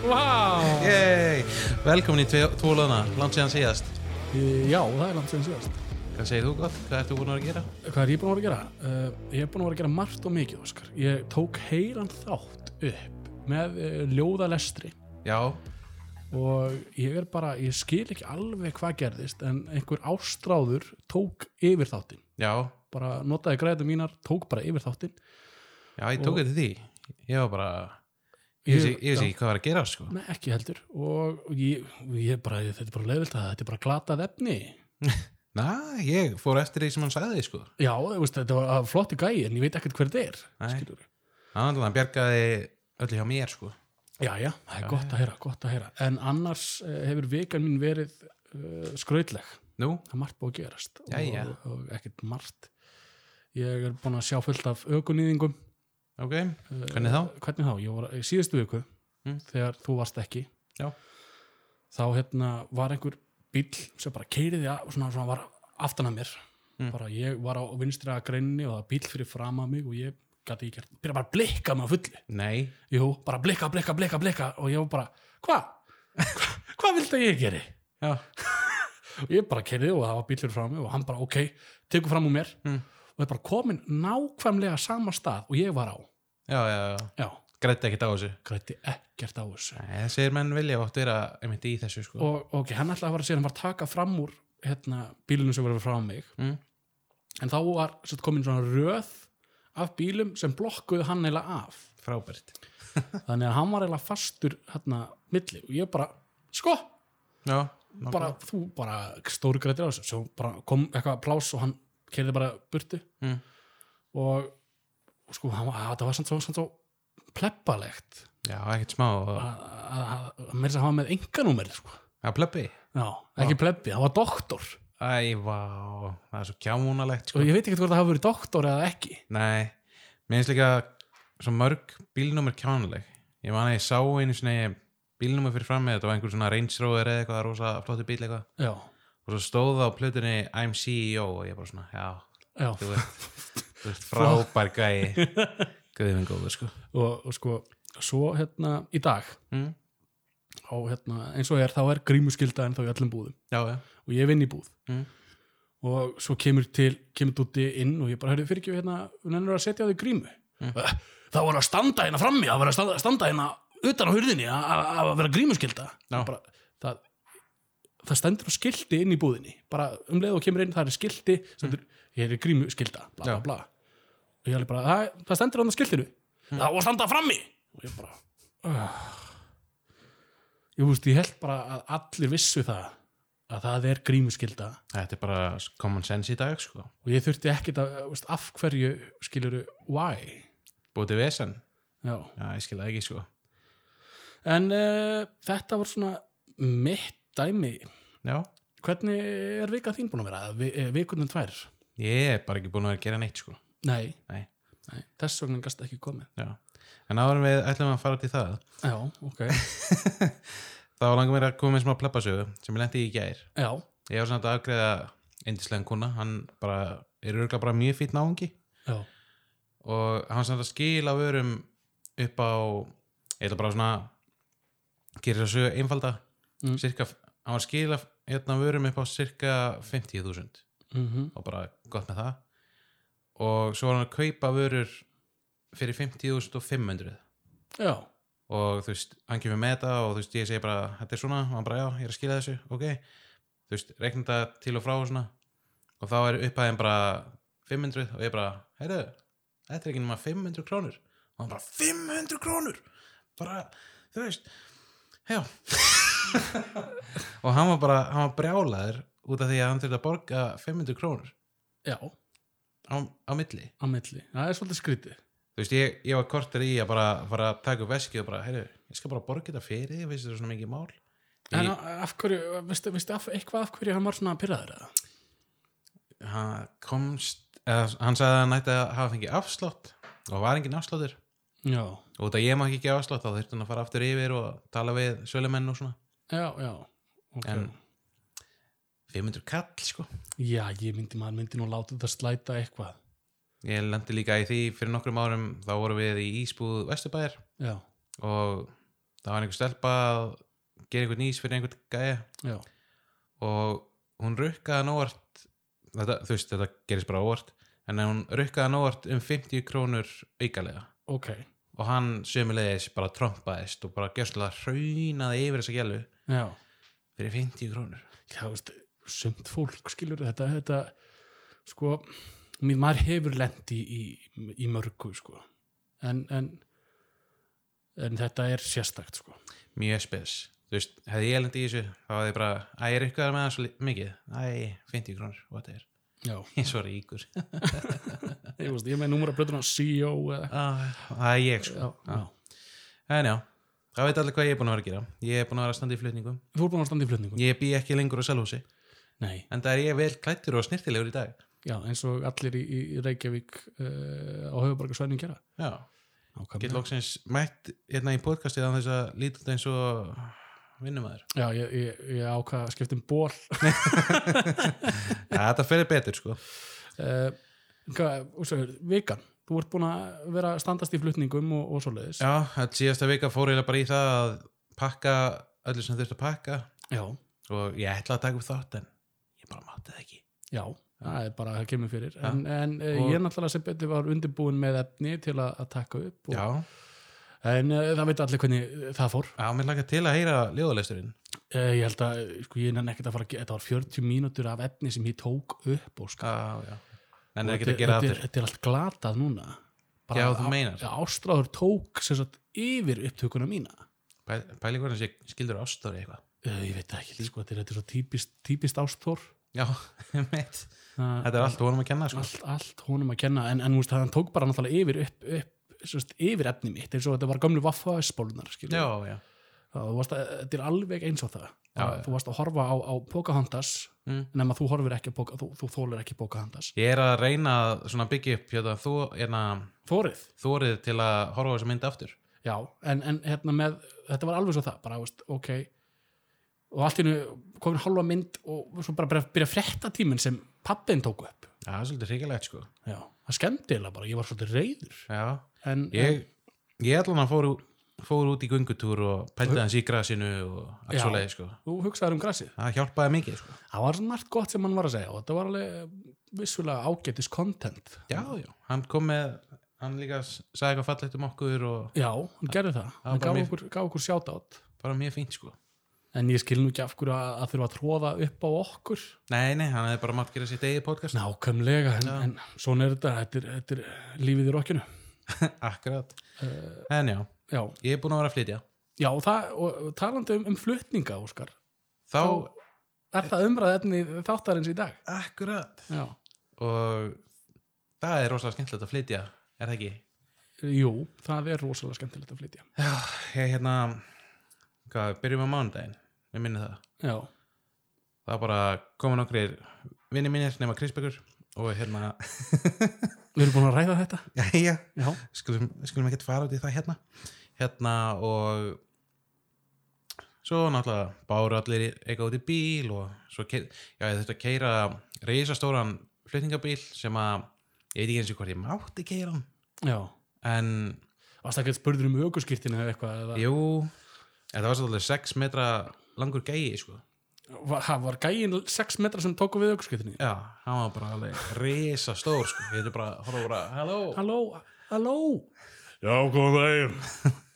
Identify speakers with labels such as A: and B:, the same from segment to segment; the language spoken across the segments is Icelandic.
A: Vá!
B: Yay! Velkomin í tve- tvolöðuna, langt síðan síðast.
A: Já, það er langt síðan síðast.
B: Hvað segir þú gott? Hvað ertu búin að vera að gera?
A: Hvað er ég búinn að vera að gera? Uh, ég er búinn að vera að gera margt og mikið, Óskar. Ég tók heilan þátt upp með uh, ljóðalestri
B: Já,
A: og ég er bara, ég skil ekki alveg hvað gerðist en einhver ástráður tók yfir þáttin.
B: já,
A: Bara notaði græðið mínar, tók bara yfir þáttin.
B: já, ég tók
A: Og-
B: eftir því. Ég var bara, ég vissi ég vissi ekki hvað var að gera, sko.
A: Nei, ekki heldur. Og ég, ég bara, þetta er bara leiðvilt að þetta er bara glatað efni.
B: Na, ég fór eftir því sem hann sagði, sko.
A: Já, þú veist, þetta var flotti gæi en ég veit ekkert hver þetta er.
B: Nei.
A: skilurðu.
B: Hann alltaf bjargaði öllu hjá mér, sko.
A: Já, já, það er
B: Já,
A: gott að heyra, gott að heyra. En annars eh, hefur vikan mín verið uh, skrautleg.
B: Nú,
A: Það er margt búið að gerast.
B: Jæja.
A: Og, og ekkert margt. Ég er búin að sjá fullt af aukunýðingum.
B: ok, hvernig þá?
A: Hvernig þá? Ég var í síðustu viku,
B: Mm.
A: þegar þú varst ekki.
B: Já.
A: Þá hérna var einhver bíll sem bara keiriði að, svona, svona var aftan að mér.
B: Mm.
A: Bara ég var á vinstri að greinni og það var bíll fyrir fram að mig og ég gæti ekki gert. Byrja bara að blikka mig á fullu.
B: Nei,
A: Jú, bara blikka, blikka, blikka, blikka og ég var bara, hva? Hva- Hvað viltu að ég geri?
B: já,
A: Og ég bara kerði og það var bílur frá mig og hann bara, ok, tekur fram úr mér
B: Mm.
A: og er bara komin nákvæmlega sama stað og ég var á.
B: já, já, já.
A: Já,
B: Grætti ekkert á þessu.
A: grætti ekkert á þessu.
B: Nei, það segir menn vilja átt vera einmitt í þessu, sko.
A: Og ok, hann ætlaði að fara að segja, hann var að taka fram úr hérna, bílunum sem var frá mig
B: Mm.
A: en þá var sett, komin svona röð af bílum sem blokkuðu hann eila af.
B: Frábært.
A: Þannig að hann var eila fastur hérna milli og ég bara, sko,
B: Já,
A: bara, þú bara stórgrætir á þessu svo bara kom eitthvað pláss og hann kerði bara burtu
B: Mm.
A: og og sko, hann, var- þetta var samt svo, samt svo pleppalegt
B: já, ekkert smá.
A: að-
B: og-
A: að að- meira sem hafa með enganúmer sko.
B: Já, plebbi.
A: já, ekki plebbi, það var doktor
B: Æ, vá, það er svo kjámúnalegt, sko.
A: og ég veit ekki hvort það hafa verið doktor eða ekki
B: Nei, mér finnst líka svo mörg bílnúmer kjánuleg ég man að ég sá einu sinni bílnúmer fyrir fram með þetta var einhver svona Range Rover eða eitthvað, rosa flottu bíl eitthvað
A: já,
B: og svo stóð það á plötunni I'm CEO og ég bara svona, já,
A: já
B: þú ert þú ert frábær gæi guðið minn góður sko
A: og, og sko, svo hérna í dag
B: mm?
A: og hérna, eins og er, þá er grímuskylda en þá í öllum búðum
B: Já, já,
A: og ég vinn í búð
B: Mm.
A: og svo kemur til kemur Dúti inn og ég bara hörðu fyrir ekki hérna, hún ennur að setja á því grímu
B: Mm.
A: Eh, það voru að standa hérna frammi það voru að standa, standa hérna utan á hurðinni að- að að vera grímuskylda
B: Já.
A: Ég bara, það, það stendur á skilti inn í búðinni bara um leið og kemur inn, það er skilti stendur, hér er grímuskylda, bla bla
B: Mm. Já.
A: bla og ég er bara, það, það stendur á það skiltinu
B: Mm.
A: það voru að standa frammi og ég bara uh. ég veist, ég held bara að allir vissu það að það er grímuskylda
B: þetta er bara common sense í dag sko
A: og ég þurfti ekkit að, veist, af hverju skiluru, why
B: búið til vesen,
A: Já.
B: já, ég skil það ekki sko
A: en uh, þetta var svona mitt dæmi
B: Já,
A: hvernig er vika þín búin að vera Vi, vikundin tvær?
B: ég er bara ekki búin að vera að gera neitt sko
A: Nei,
B: Nei.
A: Nei. þess vegna gasta ekki komið
B: já. en áður en við ætlum að fara til það
A: Já, ok,
B: þá langar mér að koma með smá pleppasögu sem ég lendi í í gær
A: já,
B: Ég var samt að afgreða indislegan kuna, hann bara, er örgulega bara mjög fýtt náungi
A: já
B: og hann samt að skila vörum upp á, ég ætla bara svona, gerir þessu einfalda,
A: Mm.
B: cirka, hann var að skila hérna vörum upp á cirka 50.000
A: mm -hmm.
B: og bara gott með það og svo var hann að kaupa vörur fyrir 50.500
A: Já,
B: og þú veist, hann kemur með þetta og þú veist, ég segi bara, þetta er svona og hann bara, já, ég er að skila þessu, ok þú veist, reikna þetta til og frá og svona og þá er upphæðin bara 500 og ég bara, heyrðu þetta er ekki nema 500 krónur og hann bara, 500 krónur bara, þú veist já og hann var bara, hann var brjálaður út af því að hann þurfti að borga 500 krónur
A: já,
B: á, á milli
A: á milli það er svolítið skrítið
B: þú veist, ég, ég var kortir í að bara fara að taka upp veski og bara, heyrðu, ég skal bara borga þetta fyrir þig, veist þetta er svona mikið mál
A: En
B: Ég-
A: á- af hverju, veistu, veistu af, eitthvað af hverju hann var svona pyrraður eða?
B: hann komst, eða, hann sagði að hann ætti að hafa fengið afslátt og það var engin afsláttur
A: Já,
B: og þetta ég má ekki gefa afslátt þá þurfti hann að fara aftur yfir og tala við sölumenn og svona,
A: já, já ok.
B: En- 500 kall sko
A: Já, ég myndi, maður myndi nú láta þetta slæta eitthvað
B: ég lendi líka í því fyrir nokkrum árum þá vorum við í Ísbúð Vesturbæðir
A: Já,
B: og það var einhver stelpa að gera einhvern nýs fyrir einhvern gæja
A: já,
B: og hún rukkaði hann óvart þetta, þú veist, þetta gerist bara óvart en hún rukkaði hann óvart um 50 krónur aukalega
A: ok
B: og hann sömulegis bara trompaðist og bara gjörslega raunaði yfir þessa gælu
A: já,
B: fyrir 50 krónur
A: já veist, sumt fólk skilur þetta, þetta sko, mér maður hefur lendi í, í, í mörgu sko. en, en en þetta er sérstakt sko.
B: mjög spes þú veist, hefði ég lendi í þessu þá hefði ég bara, æ, ég rukkaði með það svo li- mikið æ, 50 krónur, what er
A: já,
B: ég er svo ríkur
A: ég veist, ég með númur að blöðuna CEO E eða
B: Ah, það er ég sko
A: já, já.
B: en já, það veit allir hvað ég er búin að vera að gera ég er búin að vera að standa í flutningum
A: þú er búin að standa í flutningu
B: ég bý ekki lengur á selhúsi
A: nei,
B: en það er ég vel klættur og snirtilegur í dag
A: já, eins og allir í, í Reykjavík uh, á höfubarkasvæðinu gera
B: já, get
A: Nákvæmlega.
B: loksins mætt hérna í podcastið án þess að líta út eins og vinnumæður
A: já, ég, ég, ég ákvað að skipta um ból
B: ja, þetta fyrir betur sko
A: uh, hvað, og svo er vikan þú ert búin að vera að standast í flutningum og, og svoleiðis
B: já, þetta síðasta vika fór ég bara í það að pakka öllu sem þurfti að pakka
A: já,
B: og ég ætla að taka upp þátt en ég bara mátti það ekki
A: já, það er bara það kemur fyrir
B: Já.
A: en, en og...
B: Og-
A: ég er náttúrulega sem betur var undirbúin með efni til að, að taka upp og,
B: já,
A: en uh, það veit allir hvernig eh, það fór
B: já mér langar til að heyra ljóðalesturinn
A: uh, ég held að, eh, sko, ég nenni ekkert að fara að ge- þetta var 40 mínútur af efni sem ég tók upp og skar
B: já, já en
A: Og
B: ekki að
A: þetta-
B: gera
A: þetta er-
B: aftur
A: þetta er allt glatað núna
B: Já, þú meinar.
A: á- Ástráður tók sem sagt yfir upptökuna mína
B: Pæ- pæli hvernig sé skildur ástóri eitthvað
A: uh, ég veit það ekki, sko, þetta er, þetta er svo típist, típist ástór
B: já, mitt
A: Það-
B: þetta er allt honum að kenna sko.
A: allt, allt honum að kenna en, en þú veist, hann tók bara náttúrulega yfir upp, upp sérst, yfir efni mitt eins og þetta var gömlu vaffaðspólunar
B: já, já
A: þetta er alveg eins og það Bara,
B: já.
A: þú varst að horfa á, á Pocahontas
B: Mm.
A: nema þú horfir ekki að Poca, þú, þú þólir ekki Pocahontas
B: Ég er að reyna að svona byggja upp hérna, þó, hérna,
A: þórið,
B: þórið til að horfa á þessu mynd aftur.
A: já en, en hérna með, þetta var alveg svo það bara, þú veist, ok og allt í hennu komin hálfa mynd og svo bara byrja, byrja frétta tíminn sem pappin tóku upp
B: Já, það er svolítið hrigalegt sko.
A: já, það skemmdi eiginlega bara, ég var svolítið reyður
B: Já,
A: en,
B: ég, ég allan að fór, fór út í göngutúr og pældi hans í grasinu og allt
A: Já.
B: svo leiði sko.
A: en þú hugsaður um grasið
B: Það hjálpaði mikið sko.
A: það var svona margt gott sem hann var að segja og þetta var alveg vissulega ágætis content
B: Já, já, hann kom með, hann líka s- sagði eitthvað fallegt um okkur og
A: já, hann gerði það,
B: það
A: hann
B: var bara
A: gaf
B: mér-
A: okkur, gaf okkur shoutout
B: bara mjög fínt sko.
A: en ég skil nú ekki af hverju að, að þurfa að tróða upp á okkur
B: Nei, nei, hann hefði bara mátt gera sitt eigið podcast.
A: nákvæmlega, en,
B: Já.
A: en svona er þetta þetta er, þetta er lífið í rokkinu
B: Akkurat. En já,
A: já,
B: ég er búin að vera að flytja.
A: já og, það, og og talandi um, um flutninga, Óskar
B: Þá,
A: er það umræð efni þáttarins í dag
B: akkurat.
A: já,
B: Og það er rosalega skemmtilegt að flytja, er það ekki?
A: jú, það er rosalega skemmtilegt að flytja
B: Já, ég hérna hvað, byrjum á mánudaginn ég minni það,
A: já,
B: það var bara komin okkur vinni mínir nema Krisbyggur og hérna,
A: við erum búin að ræða þetta
B: jæja
A: já,
B: skulum, skulum ekkert fara út í það hérna hérna og svo náttúrulega báru allir eitthvað út í bíl og svo keir, já, ég þurfti að keira reisastóran flutningabíl sem að ég veit ekki eins og hvort ég mátti keira hann
A: já
B: en,
A: varst ekki að spurður um aukurskirtinu eða eitthvað eða...
B: jú þetta var svolítið 6 metra langur gæi sko
A: var, ha, var gæin 6 metra sem tóku við aukurskveitinni
B: Já, hann var bara alveg risa stór sko. Ég hefði bara, horfa bara, halló
A: halló, halló
C: Já, góðan daginn.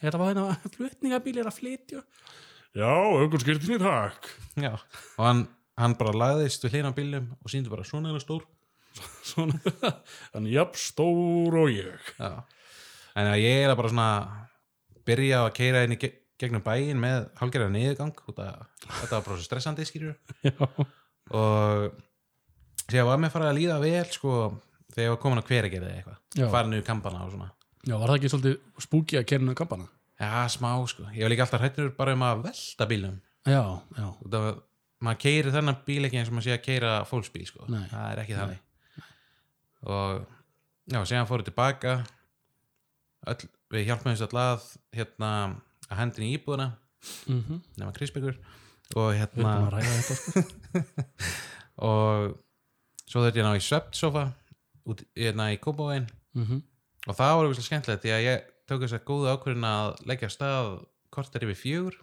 A: þetta var hérna flutningabíl er að flytja
C: Já, aukurskirtinni takk.
B: Já. Og hann, hann bara lagðist við hlýna á bílnum og síndi bara svona er hann stór
A: svona,
C: En jafn stór og ég.
B: Já. En að ég er að bara svona byrja að keira inn í ge gegnum bæin með hálgerða niðurgang út að þetta var bara svo stressandi skýrur
A: já,
B: og sér var mér farið að líða vel sko þegar ég var komin á hveragerði eða
A: Já.
B: eitthvað farin úr kampana og svona
A: já, var það ekki svolítið spúki að kerinu kampana
B: Já, smá sko, ég var líka alltaf hrættur bara um að velta bílnum
A: já, já,
B: út af að maður keiri þennan bíl ekki eins og maður sé að keira fólksbíl sko.
A: Nei.
B: það er ekki þannig og já, síðan fóru tilbaka öll, við hjálpum þessu öll að hérna að hendin í íbúðuna
A: mm
B: nema Krisbyggur og
A: við erum búin að
B: hérna
A: ræða þetta sko.
B: og svo þetta ég ná í svefnsofa út hérna í kópavegin
A: mm
B: og það var eitthvað skemmtilegt því að ég tók þess að góða ákvörðin að leggja af stað kortar yfir fjögur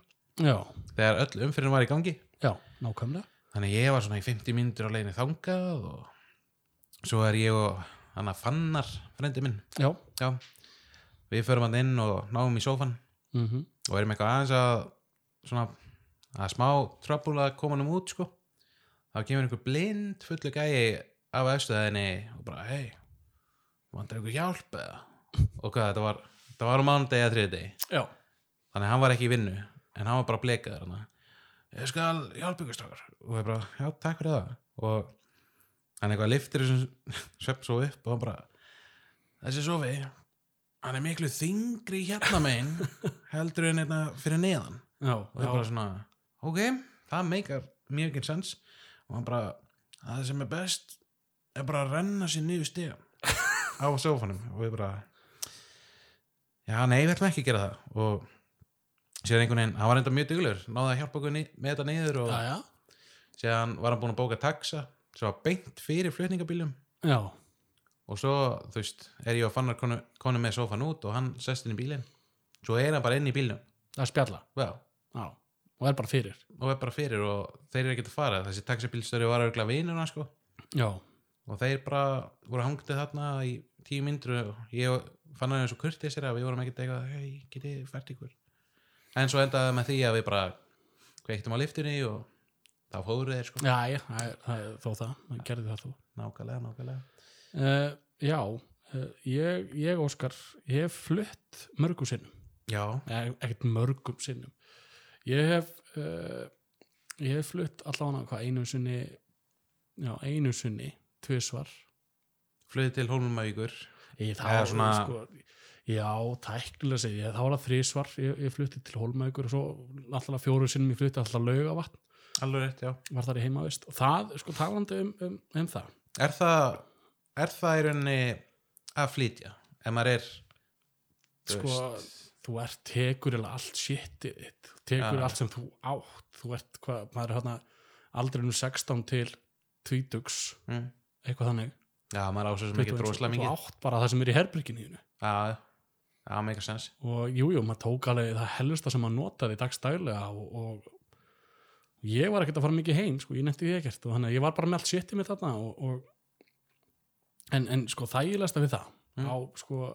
A: já,
B: þegar öll umfyrin var í gangi
A: já, nákvæmlega
B: þannig að ég var svona í 50 mínútur á leiðinni þangað og svo er ég og hann að fannar frendi minn
A: já,
B: já, við förum hann inn og náum í sófan
A: mm
B: og erum eitthvað aðeins að svona að smá tröbbul að koma hann út sko þá kemur einhver blind fullu gæi af aðstöðinni og bara hei, vantar einhver hjálp eða og hvað þetta var þetta var á mánudegi að þriðdegi
A: já,
B: þannig að hann var ekki í vinnu en hann var bara blekaður hann ég skal hjálpa ykkur strákar og ég bara, já, takk fyrir það og hann eitthvað liftir þessum svepp svo upp og hann bara þessi sofi, hann er miklu þingri hérna megin heldur en hérna fyrir neðan
A: já,
B: og ég bara svona, ok, það meikar mjög ekki sens og hann bara, það sem er best er bara að renna sér niður stegum á sófanum og ég bara já, nei, við ætlum ekki að gera það og síðan einhvern veginn, hann var enda mjög duglur náði að hjálpa okkur ni- með þetta niður og
A: já, já,
B: síðan var hann búinn að bóka taxa sem var beint fyrir flutningabílum
A: já,
B: og svo, þú veist, er ég og fannar konu, konu með sófan út og hann sest inn í bílinn svo er hann bara inn í bílnum
A: það er spjalla
B: well,
A: já, og er bara fyrir
B: og er bara fyrir og þeir eru ekkert að fara þessi taxibílstöri var örgla vinuna sko
A: já,
B: og þeir bara voru hangtið þarna í tíu myndur og ég fann að eins og kurtið sér að við vorum ekkert eitthvað hei, getið fært ykkur en svo endaði það með því að við bara kveiktum á liftunni og það fóru þeir sko
A: já, já, það er, það er þó það það gerði það þó
B: nákvæmlega, nákvæmlega
A: uh, já, uh, ég, ég Óskar ég hef flutt mörgum sinnum
B: já,
A: Nei, ekkert mörgum sinnum ég hef uh, ég hef flutt allavega hvað einu sinni já, einu sinni, tvisvar
B: flöði til Hólmumavíkur
A: ég, þá,
B: Eða svona-
A: sko, já, tæknilega segi ég, þá var það þrisvar ég, ég flutti til Hólmavíkur og svo allavega fjóru sinnum ég flutti alltaf laugavatn
B: alveg rétt, já
A: var þar í heimavist og það, sko, talandi um, um, um það
B: er það, er það í rauninni að flytja ef maður er þú
A: sko,
B: veist,
A: þú ert tekur eða allt shitið þitt, þú tekur
B: Já.
A: allt sem þú átt þú ert, hvað, maður er hérna aldrinum 16 til 20
B: mm,
A: eitthvað þannig
B: já, maður á svo sem ekki
A: 21,
B: droslega
A: um þú
B: mikið
A: átt bara það sem er í herbyrginu þínu
B: já, já, meika sens
A: og jújú, jú, maður tók alveg það helsta sem maður notaði dagstælega og, og ég var ekkert að fara mikið heim sko, ég nefndi því ekkert og þannig að ég var bara með allt sétti með þarna og, og en, en sko þægilegsta við það
B: Mm.
A: á sko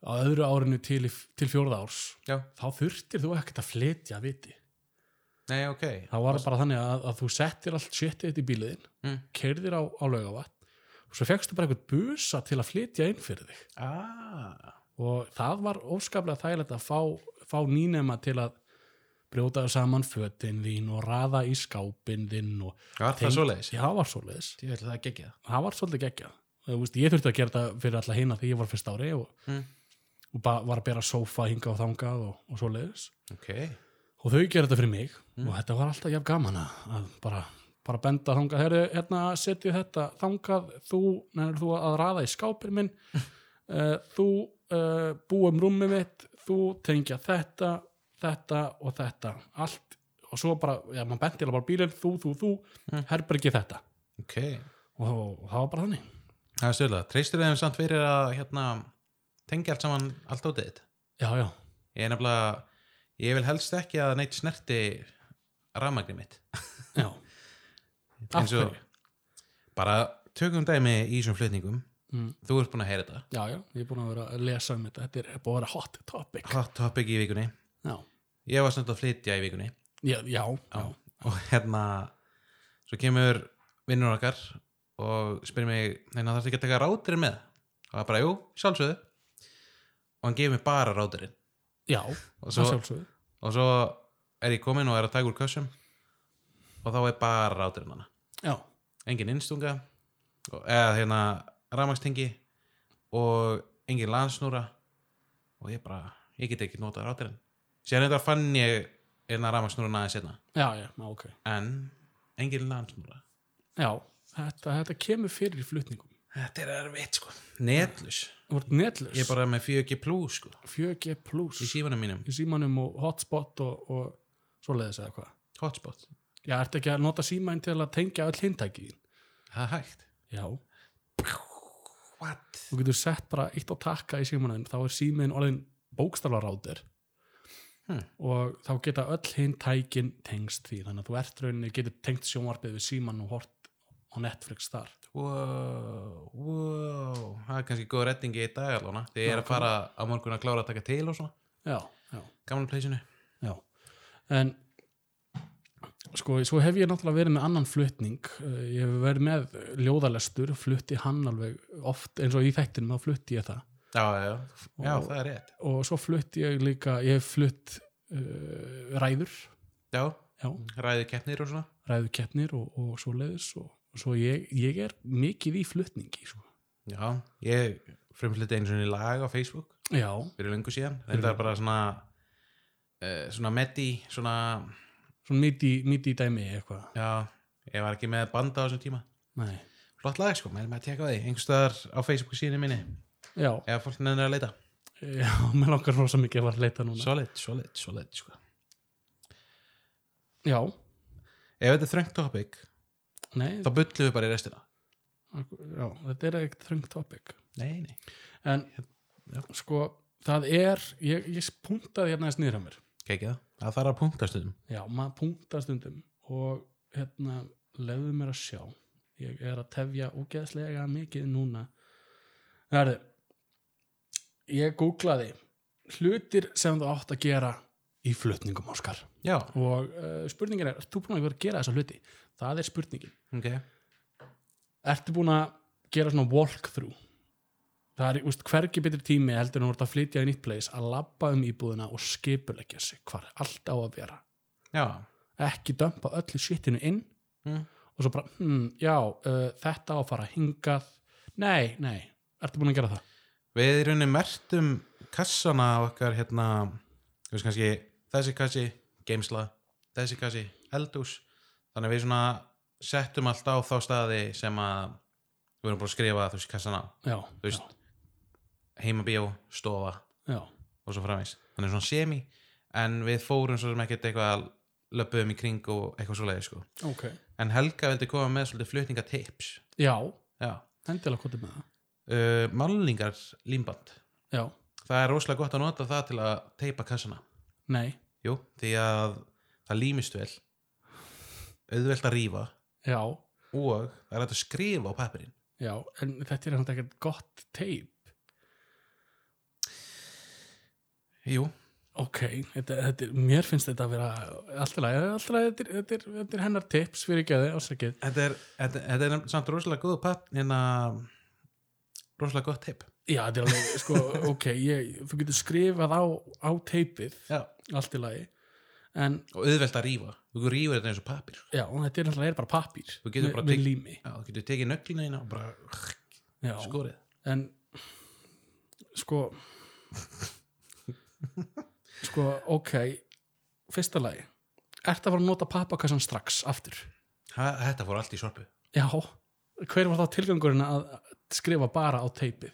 A: á öðru árinu til, í f- til fjórða árs
B: já,
A: þá þurftir þú ekkert að flytja viti
B: nei, ok
A: þá var það bara þannig að, að þú settir allt séttið þitt í bíliðin,
B: mm.
A: kerðir á, á laugavatn og svo fegstu bara eitthvað busa til að flytja inn fyrir þig
B: ah,
A: og það var óskaplega þægilegt að fá, fá nýnema til að brjótaðu saman fötin þín og raða í skápin þín og
B: var það
A: Tengd-
B: svoleiðis
A: Já, það var svoleiðis,
B: ég ætla það að gegja
A: það var svolítið geggjað Þú veist, ég þurfti að gera þetta fyrir alla hina þegar ég var fyrst ári og,
B: Mm.
A: og bara var að bera sófa hinga og þangað og, og svoleiðis
B: ok,
A: og þau gera þetta fyrir mig og þetta var alltaf jafn gaman að- að bara, bara benda þangað herri, hérna setjið þetta þangað þú, nennir þú að raða í skápin minn uh, þú uh, búum rúmið mitt þú tengja þetta, þetta og þetta, allt og svo bara, já, maður benti alveg bara bílinn þú, þú, þú, mm. herbergi þetta
B: ok það
A: og, og það var bara þannig
B: er stöðlega, treystir þeim samt fyrir að hérna, tengja allt saman allt átið þitt
A: já, já,
B: ég er nefnilega, ég vil helst ekki að neitt snerti rafmagnir mitt
A: já Af
B: Eins og-
A: hverju?
B: bara tökum dæmi í þessum flutningum
A: Mm.
B: þú ert búin að heyra þetta
A: já, já, ég er búin að vera að lesa um þetta þetta er búin að vera hot topic
B: hot topic í vikunni
A: já,
B: ég var snönd að flytja í vikunni
A: já, já, já.
B: og hérna svo kemur vinnur okkar og spyrir mig, neina þarfst ekki að taka ráturinn með og það bara, jú, sjálfsögðu og hann gefur mér bara ráturinn
A: Já,
B: og
A: svo,
B: svo,
A: sjálfsögðu
B: og svo er ég komin og er að taka úr kössum og þá er bara ráturinn hana
A: Já,
B: engin innstunga og, eða hérna rafmakstengi og engin landsnúra og ég bara, ég get ekki notað ráturinn síðan þetta fann ég hérna rafmaktsnúruna aðeins hérna
A: já, já, já, ok
B: en engin landsnúra
A: Já, þetta, þetta kemur fyrir í flutningum
B: Þetta er erfitt sko Netlus
A: Þú ert netlust
B: Ég er bara með 4G plus sko
A: 4G plus
B: Í símanum mínum
A: í símanum og hotspot og, og svoleiðis eða hvað
B: Hotspot
A: Já, ertu ekki að nota símann til að tengja öll hintæki þín?
B: Það er hægt
A: Já,
B: What?
A: þú getur sett bara eitt á takka í símanum þá er síminn orðin bókstalvarátir
B: Hmm.
A: og þá geta öll hinn tækin tengst því þannig að þú ert rauninni getur tengt sjónvarpið við síman og hort á Netflix þar
B: wow, wow. það er kannski góð rettingi í dag alveg því ég er að fara á morgun að klára að taka til og svona
A: já, já,
B: gamla pleysinu
A: já en sko, svo hef ég náttúrulega verið með annan flutning Eh, ég hef verið með ljóðalestur flutti hann alveg oft eins og í þættinum þá flutti ég það
B: já, já, já, já,
A: Og-
B: það er rétt
A: og svo flutti ég líka ég hef flutt uh, ræður
B: já,
A: já,
B: ræði keppnir og svona
A: ræðukeppnir og, og svo leiðis og, og svo ég, ég er mikið í flutningi sko.
B: já, ég frumflutti einu svona lag á Facebook
A: já,
B: fyrir löngu síðan þetta er bara svona uh, svona meddi svona,
A: svona mitt í, mitt í dæmi eitthvað
B: já, ég var ekki með banda á þessum tíma
A: Nei.
B: flott lag sko, meðlum að teka á því einhverstaðar á Facebook síðinu minni
A: já,
B: ef fólk nefnir að leita
A: já, mér langar rosa mikið að fara að leita núna
B: solid, solid, solid sko.
A: já,
B: ef þetta er þröngt topic
A: nei,
B: þá bullum við bara í restina
A: já, þetta er ekkert þröngt topic
B: nei, nei.
A: en
B: Já.
A: sko, það er ég, ég punktaði hérna eins nýður að mér
B: Kekja. það þarf að punkta stundum
A: já, maður punktar stundum og hérna, leiðu mér að sjá ég er að tefja ógeðslega mikið núna Herðu, ég googlaði hlutir sem þú átt að gera í flutningum Óskar
B: já,
A: og uh, spurningin er, ertu búin að vera að gera þessa hluti? það er spurningin,
B: ok
A: ertu búin að gera svona walkthrough það er, úst, hvergi betri tími heldur en þú ert að flytja í nýtt place að labba um íbúðina og skipuleggja sig hvar allt á að vera
B: já,
A: ekki dömpa öllu shitinu inn
B: Mm.
A: og svo bara, hm, já uh, þetta á að fara hingað nei, nei, ertu búin að gera það
B: við í rauninni mertum kassana á okkar hérna þú veist kannski, þessi kassi geimsla, þessi kassi eldús þannig að við svona settum allt á þá staði sem að við erum búin að skrifa þú veist kassana á.
A: já,
B: Þú veist, heimabíó, stofa
A: já, já,
B: og svo framvegis þannig svona semi en við fórum svo sem ekkert eitthvað að löpum í kring og eitthvað svo leiði sko
A: ok
B: en Helga vildi koma með svolítið flutningatips
A: já,
B: já
A: endilega kotið með það
B: uh, málningar límband
A: já,
B: það er rosalega gott að nota það til að teipa kassana
A: nei,
B: jú, því að það límist vel auðvelt að rífa
A: já,
B: og það er hægt að skrifa á pappirinn
A: já en þetta er hann ekkert gott teip
B: jú,
A: ok, þetta, þetta, er- mér finnst þetta að vera alltaf læg, alltaf læg þetta, er- þetta, er- þetta er hennar tips fyrir geði ásakið
B: þetta er, þetta, þetta er samt rosalega góð papp hérna rosalega gott teip
A: já, þetta er alveg, sko, ok ég, þú getur skrifað á, á teipið
B: já.
A: alltaf læg en
B: og auðvelt að rífa þú rífur þetta eins og pappir
A: Já, og þetta er náttúrulega er bara pappír
B: Þú getur bara
A: með
B: tekið-
A: lími
B: Já, þú getur tekið nöglina eina og bara
A: Já,
B: skorið.
A: en sko sko, ok fyrsta lagi Ertu að fara að nota pappakassan strax aftur?
B: Ha, þetta fór allt í sorpu.
A: Já, hver var þá tilgangurinn að skrifa bara á teipið?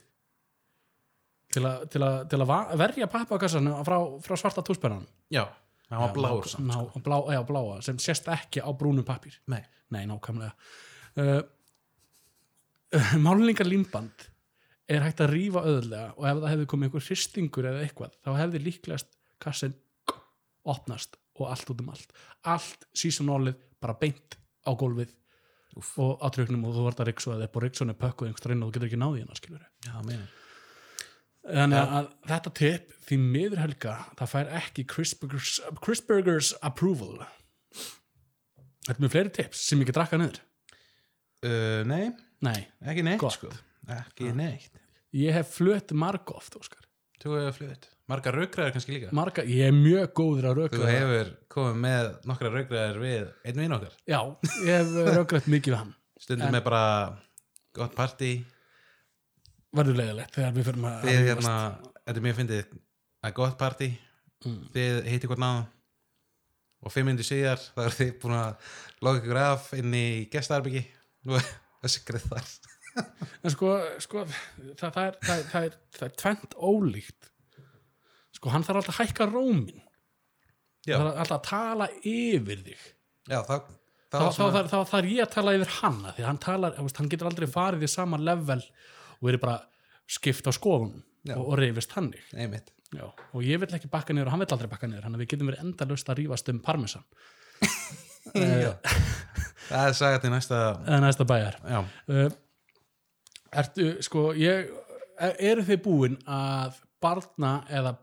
A: Til að, til að, til að va- verja pappakassan frá, frá svarta túspennan
B: Já, það var blár samt. Sko.
A: blá, Já, bláa, sem sést ekki á brúnum pappír
B: Nei.
A: Nei, nákvæmlega uh, Málningar límband er hægt að rífa öðulega og ef það hefði komið einhver hristingur eða eitthvað þá hefði líklegast kassin opnast og allt út um allt allt sísonálið bara beint á gólfið
B: Úff.
A: og á tröknum og þú vart að riksu að upp og riksun er pökkuð einhvers inn og þú getur ekki náði hérna skilur
B: Já, meina.
A: þannig að þetta tip því miður helga það fær ekki Chrisburgers, Chrisburgers approval Þetta er mjög fleiri tips sem ég get rakka niður
B: Uh, nei,
A: Nei,
B: ekki neitt
A: Gott.
B: sko. Ekki neitt.
A: Ég hef flutt marga oft, Óskar.
B: Þú hefur flutit. Margar raukraðar kannski líka.
A: Marga, ég er mjög góður að
B: Þú
A: rökra.
B: hefur komið með nokkra raukraðar við einn vinn okkar.
A: Já, ég hef rökrætt mikið við hann.
B: Stundum með bara gott partí.
A: Verður leiðilegt þegar við fyrir að...
B: Þið hérna, þetta er mjög fyndið að gott partí.
A: Mm.
B: Þið hitti hvort náðum. Og fimm minni síðar, það er þið búin að loka ykkur af inn í gestarbyggi. Nú er þessi greið þar.
A: En sko, sko það, það, er, það, er, það, er, það er tvent ólíkt. Sko, hann þarf alltaf að hækka rómin.
B: Já.
A: Það er alltaf að tala yfir þig.
B: Já, þá, þá,
A: Þá, þá,
B: svona-
A: þá, þá, þá er ég að tala yfir hanna, því að hann talar, þú veist, hann getur aldrei farið í sama level og verið bara skipt á skoðunum
B: Já.
A: og, og reyfist hannig.
B: einmitt
A: Já, og ég vill ekki bakka niður og hann vill aldrei bakka niður þannig að við getum verið endalaust að rífast um parmesan Eh,
B: það er sagði til næsta
A: eða næsta bæjar
B: já,
A: uh, Ertu, sko, ég er- eru þið búin að barna eða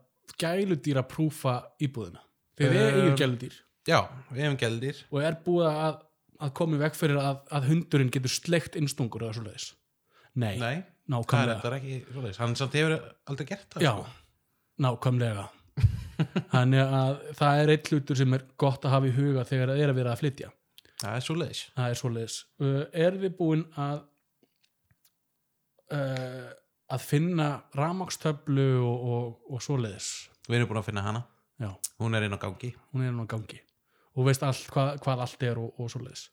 A: gæludýra prúfa íbúðina? Þið
B: Eh,
A: eru eigin gæludýr
B: já, við hefum gældir
A: og er búið að, að koma í veg fyrir að, að hundurinn getur sleikt innstungur eða svoleiðis? Nei,
B: nei, það er
A: nákvæmlega
B: þetta ekki svoleiðis hann samt hefur aldrei gert það
A: Já,
B: sko.
A: nákvæmlega Þannig að það er eitt hlutur sem er gott að hafa í huga þegar það er að vera að flytja
B: það er svoleiðis
A: Það er svoleiðis. Uh, er við búin að uh, að finna ramakstöflu og, og, og svoleiðis?
B: við erum búin að finna hana,
A: Já,
B: hún er inn á gangi
A: hún er nú á gangi. Og veist allt hvað, hvað allt er og, og svoleiðis.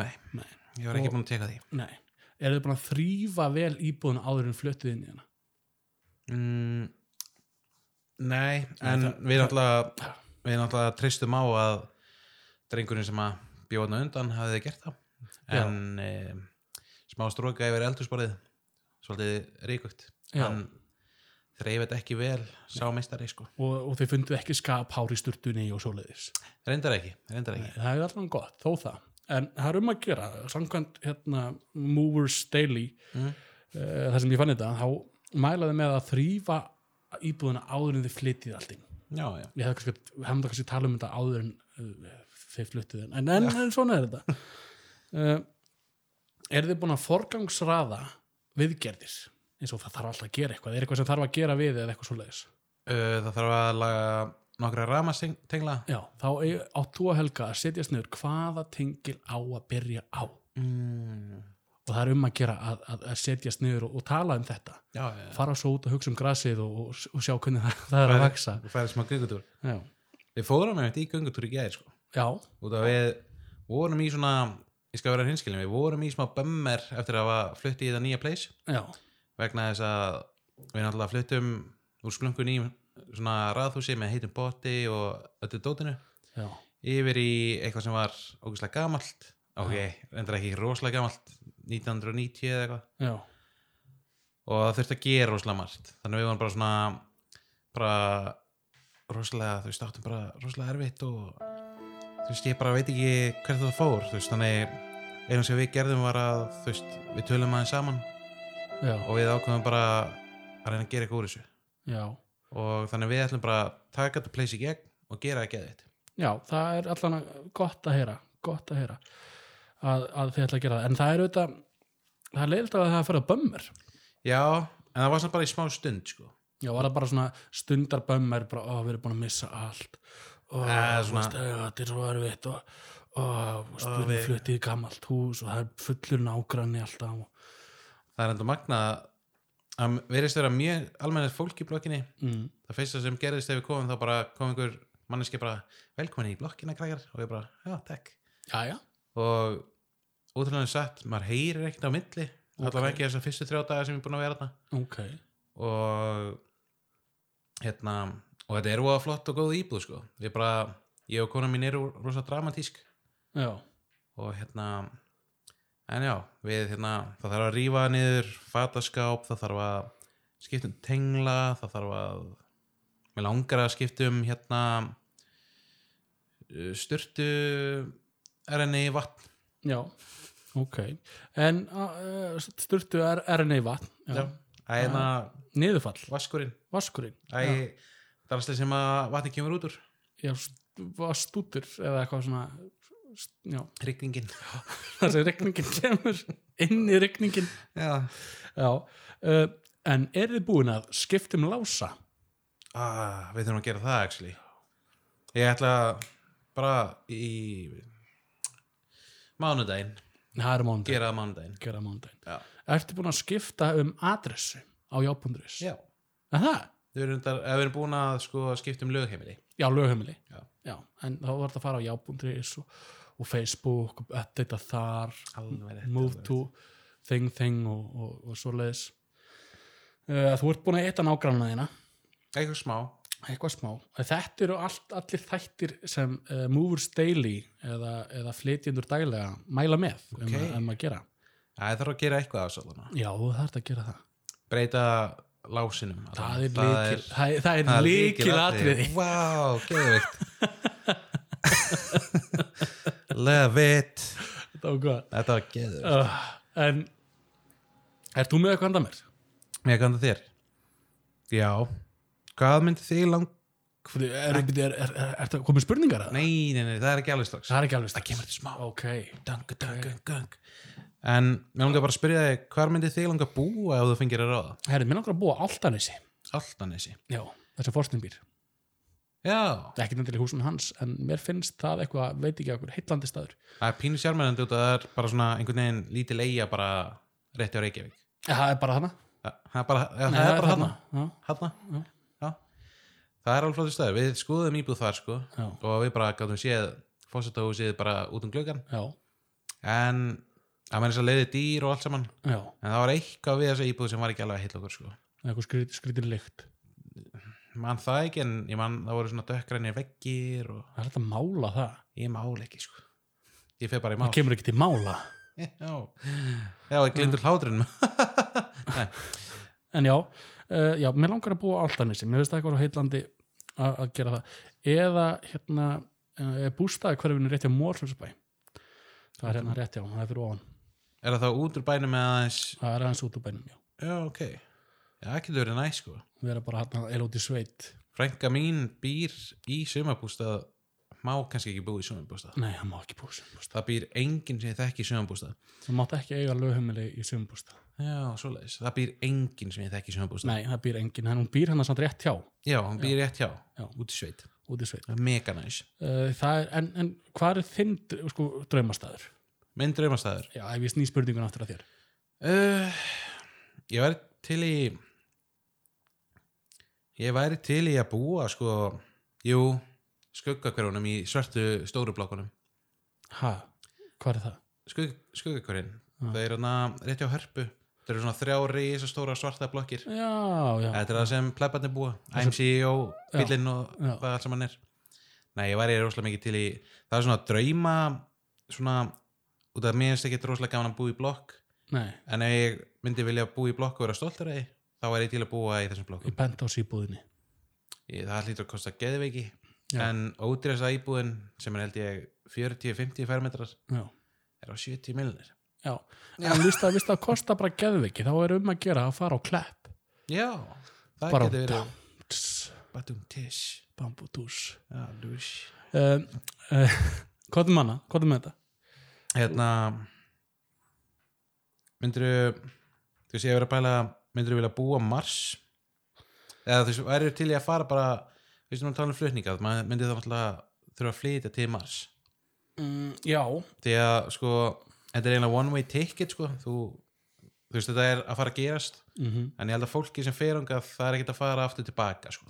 B: nei,
A: Nei.
B: ég var ekki
A: Og-
B: búin að teka því
A: Nei. Er þið búin að þrýfa vel íbúðun áður en flöttuð inn í hana?
B: mm, nei, en
A: það-
B: við náttúrulega við náttúrulega tristum á að drengurinn sem að bjóðna undan hafiði gert það
A: Já.
B: en e, smá stróka yfir eldursporið svolítið ríkugt
A: Já.
B: hann þreifet ekki vel sá meistari sko,
A: Og, og þið funduð ekki skaphár í sturtunni og svoleiðis.
B: reyndar ekki reyndar
A: Nei,
B: ekki,
A: það er allan gott, þó það. En það er um að gera, samkvæmt hérna, Movers Daily,
B: Mhm.
A: uh, þar sem ég fann þetta, þá mælaði með að þrýfa íbúðuna áður en þið flyttið allt inn.
B: já, já,
A: Ég hefði kannski, hefði kannski tala um þetta áður en uh, þið flyttið inn. En, en, en svona er þetta. Uh, er þið búin að forgangsraða viðgerðir? Eins og það þarf alltaf að gera eitthvað. Er eitthvað sem þarf að gera við eða eitthvað svoleiðis?
B: uh, það þarf að laga nokkra ramastengla
A: Já, þá eig- átt þú að helga að setjast niður hvaða tengil á að byrja á.
B: mm,
A: og það er um að gera að, að, að setjast niður og, og tala um þetta
B: já, já,
A: fara svo út og hugsa um grasið og, og, og sjá hvernig það, það er
B: Færi-
A: að vaksa
B: færi smá göngutúr
A: já,
B: við fórum með í göngutúr í gæði sko
A: já,
B: út af við vorum í svona ég skal vera hinskilin, við vorum í smá bömmer eftir að hafa flutti í þetta nýja place
A: já,
B: vegna þess að við náttúrulega fluttum úr splungun í svona raðhúsi með heitum botti og öllu dótinu
A: já.
B: yfir í eitthvað sem var ógæslega gamalt ok, endur ekki rosalega gamalt 1990 eða eitthvað
A: já.
B: og það þurfti að gera rosalega margt þannig að við vorum bara svona bara rosalega, þú veist, áttum bara rosalega erfitt og þú veist, ég bara veit ekki hvert það fór þú veist, þannig einu sem við gerðum var að þú veist, við tölum aðeins saman
A: já,
B: og við ákveðum bara að reyna að gera eitthvað úr þessu
A: já.
B: og þannig að við ætlum bara að taka þetta place í gegn og gera það geðið
A: já það er allan að- gott að heyra gott að heyra að, að þið ætla að gera það en það er auðvitað það er leiðilt að það fyrir að bömmur
B: já, en það var samt bara í smá stund sko.
A: já, var það bara svona stundar bömmur bara, ó, við erum búin að missa allt og
B: Ja,
A: þú
B: svona-
A: veist, "Æ, þetta er svo erfitt og, og, og spurning
B: við-
A: fluttið í gamalt hús og það er fullur nágranni alltaf og
B: það er enda magna að verðist vera mjög almennið fólk í blokkinni
A: mm.
B: það fyrsta sem gerðist ef við komum þá bara kom einhver manneski bara velkomin í blokkina krakar og ég bara, já, takk
A: Jæja,
B: og útrúlega satt, maður heyrir ekkert á milli okay. allavega ekki þessar fyrstu þrjá daga sem ég er búin að vera þarna
A: ok.
B: og hérna, og þetta er óa flott og góð íbúð sko, ég bara ég og kona mín eru rosa dramatísk
A: Já,
B: og hérna en já, við hérna það þarf að rífa niður fataskáp það þarf að skipta um tengla það þarf að mér langar að skipta um hérna uh, styrtu RNA vatn
A: já, ok. En uh, sturtu er, er nei vatn. Já.
B: að hérna
A: Niðurfall,
B: vaskurinn
A: vaskurinn. Já.
B: að drasli sem að vatni kemur út úr
A: Já, st- vastútur eða eitthvað svona, st- já,
B: rigningin
A: þar sem regningin kemur inn í regningin.
B: já.
A: Já, uh, en er þið búin að skiptum lása?
B: Ah, við þurfum að gera það actually ég ætla bara í mánudaginn
A: Það er mándaginn.
B: gera það mánudaginn
A: Gera mándaginn.
B: Já.
A: Ertu búin að skipta um adressu á já.is?
B: Já,
A: Er það?
B: við erum, þar, við erum búin að sko, skipta um lögheimili
A: Já, lögheimili.
B: Já.
A: en þá var þetta að fara á já.is og, og Facebook, updata þar,
B: Alveg
A: move to thing thing og, og, og svo leiðis. Uh, þú ert búin að eita nágranna þína,
B: Eitthvað smá
A: eitthvað smá. Eh, Þetta eru allt, allir þættir sem uh, Movers Daily eða, eða flytjendur daglega mæla með um,
B: Ókei.
A: að- um að gera.
B: Það þarf að gera eitthvað af svolana
A: Já, það ert að gera það.
B: Breyta lásinum
A: það er líkil það er, það er,
B: það er
A: líkil atriði
B: lykilatriði. Vá, geðveikt Love it
A: Þetta var gott.
B: Þetta var geðveikt
A: uh, en er þú með eitthvað andað mér?
B: Mér ganda þér Já Hvað myndi þig lang...
A: Hvað- er, er, er, er, er, er það komið spurningar að það?
B: Nei, nei, nei, það er ekki alveg strax
A: það er ekki alveg
B: Það kemur til smá
A: ok,
B: Dang, dang, dang, dang En mér langar bara að spyrja þig Hvar myndi þig langa að búa ef þú fengir að ráða?
A: herri, mér langar að búa á Altanesi
B: Altanesi
A: já, þessi fórstundbýr
B: Já
A: ekki nefndilega húsum hans, en mér finnst það eitthvað, veit ekki okkur, heitlandi staður
B: Það er pínu sjármærandi út að það er bara svona einhvern veginn lítil eiga bara rétti á Reykjavík
A: Ja, það er bara hana
B: Það það er bara, já, það er bara hana
A: hana.
B: hana,
A: Já.
B: já það er alveg flottur stæður, við skoðum íbúð þar sko
A: Já.
B: og við bara gátum séð fósatahúsið bara út um glöggan
A: Já,
B: en það meðan þess að leiði dýr og allt saman
A: já, já,
B: en það var eitthvað við þessa íbúð sem var ekki alveg að heilla okkur sko
A: eitthvað skrýt, skrýtin lykt
B: mann það ekki en ég mann það voru svona dökkrænir veggir og
A: Það er hægt að mála það
B: ég mál ekki sko ég fer bara í mál
A: Það kemur ekki til mála
B: já. já, ég glindur hláturinn
A: En já, uh, já, mér langar að búa á Altanesi Mér finnst það eitthvað heitlandi að að gera það Eða hérna uh, bústaði hverfinu rétt hjá Mórsfjölsbæ Það er hérna rétt hjá, það er fyrir ofan
B: er það þá út úr bænum með aðeins
A: Það er aðeins út úr bænum, já
B: já, ok, já, ekki þau verið næ sko
A: Við erum bara hérna eða út í sveit
B: frænka mín býr í sumabústað má kannski ekki búið í sumabústað
A: Nei, það má ekki búa sem bústað
B: það býr enginn sem ég þekki í sumabústað
A: Það mátt ekki eiga lögheimili í sem bústað
B: já, svoleiðis, það býr enginn sem ég þekki í sumabústað
A: Nei, það býr engin, en hún býr hérna samt rétt hjá
B: já, hún býr rétt hjá,
A: Já.
B: út í sveit
A: út í sveit
B: Það er mega næs,
A: Uh, það er, en, en hvað er þinn dr- sko, draumastæður?
B: minn draumastæður
A: Já, ef ég sný spurningun aftur að þér
B: uh, ég væri til í ég væri til í að búa sko, jú skuggakverunum í svörtu stóru blokkunum
A: ha, hvað er það?
B: Skugg, skuggakverun, það er hérna rétt hjá hörpu það eru svona þrjá risa stóra svarta blokkir
A: Já, já,
B: Þetta er það sem plebarnir búa IMCO, bílinn og
A: Já.
B: hvað allt saman er Nei, ég væri rosalega mikið til í Það er svona drauma svona, út af að mér finnst ekki rosalega gaman að búa í blokk
A: nei,
B: en ef ég myndi vilja búa í blokk og vera stoltur af því, þá væri ég til að búa í þessum blokkum
A: í penthouse íbúðinni
B: ég, Það hlýtur að kosta geðveiki
A: Já.
B: en ódreisa íbúðin sem er held ég 40-50 fermetrar
A: Já,
B: er á 70 miljonir
A: já, en víst að, víst að kosta bara geðviki, þá er um að gera að fara á klepp
B: Já, það
A: Bara
B: getur verið
A: Tss,
B: Batum tish
A: Bambutús
B: Já, lúsh
A: um, uh, Hvað er manna, hvað er með þetta?
B: hérna myndir þú veist ég verið að pæla myndir vilja búa á Mars eða þú veist værið til ég að fara bara þú veist maður tala um flutningað maður myndir það náttúrulega þurfa að flytja til Mars
A: Mm, já,
B: því að sko þetta er eiginlega one way ticket sko þú, þú veist þetta er að fara að gerast
A: mm
B: en ég held að fólki sem fer ungað það er ekkert að fara aftur tilbaka sko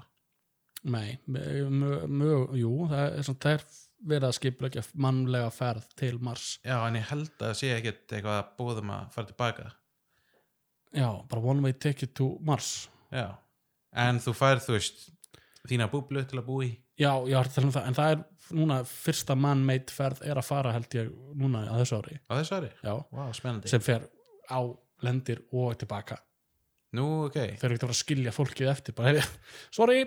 A: nei mö- mö- mö- Jú, það er svona, það er verið að skipleggja mannlega ferð til Mars
B: já en ég held að það sé ekkert eitthvað að bóðum að fara tilbaka
A: Já, bara one way ticket to Mars
B: já en þú fær þú veist þína búblu til að búa í
A: Já, ég var að tala um það, en það er núna fyrsta man-made ferð er að fara held ég núna að þessu ári,
B: á þessu ári
A: já,
B: Vá, spennandi.
A: sem fer á lendir og tilbaka.
B: Nú, ok.
A: Þeir eru ekkert að fara að skilja fólkið eftir, bara, "Heyrðu, sorry,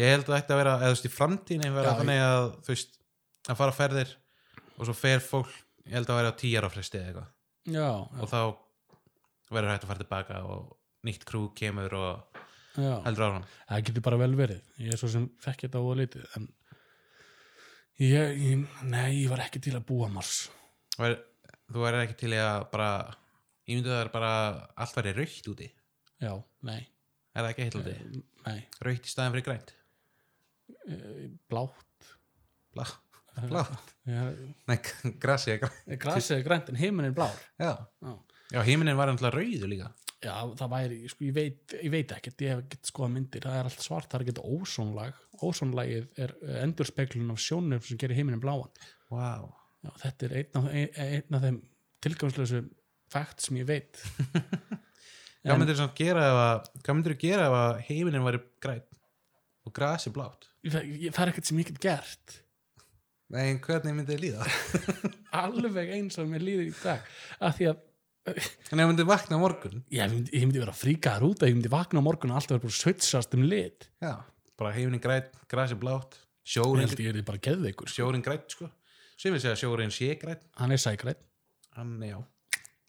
B: Ég held að þetta að vera, eða þú veist, í framtíðin vera
A: Já,
B: þannig að, þú veist, að fara ferðir og svo fer fólk, ég held að vera á tíjar á fresti eða eitthvað.
A: já,
B: Og þá verður hægt að fara tilbaka og nýtt krú kemur og
A: já,
B: heldur áram.
A: það getur bara vel verið, ég er svo sem fekk þetta á að litið, en ég, ég, nei, ég var ekki til að búa á Mars.
B: Ver, þú verður ekki til í að bara, ég myndi að það er bara allt verið raukt úti.
A: Já, nei,
B: Er það ekki heitlandi?
A: Eh. nei,
B: Raukt í staðin fyrir grænt.
A: Eh, blátt,
B: Blá, blátt.
A: ja,
B: Nei, grassi er grænt.
A: Eh, grasið er grænt en heiminn er blár.
B: Já.
A: Já.
B: Já, heiminin var náttúrulega rauðu líka.
A: Já, það væri, sko, ég veit, ég veit ekkert, ég hef ekkert skoða myndir, það er allt svart, það er ekkert ósónlag, ósónlagið er endur speiklun af sjónum sem gerir heiminin bláan.
B: Vá. Wow.
A: Já, þetta er einn af, ein, einn af þeim tilgangslösu fakt sem ég veit.
B: Hvað
A: En-
B: myndir þú gera ef að, hvað myndir þú gera ef að heiminin væri græn og grasi blátt?
A: Það, ég, það er ekkert sem ég get gert,
B: Nei, en hvernig myndir þið líða?
A: alveg eins og mér líður í dag, af því að
B: en ef myndi vakna á morgun
A: ég myndi, ég myndi vera fríkaðar út að ég myndi vakna á morgun og alltaf vera búin að svitsast um lit
B: já. bara heiminn grætt, grasi blátt
A: og
B: sjórin,
A: held ég er bara geðveikur sko.
B: sjórin grætt sko sem við segja að sjórin sé grætt
A: hann er sækrætt,
B: hann, já,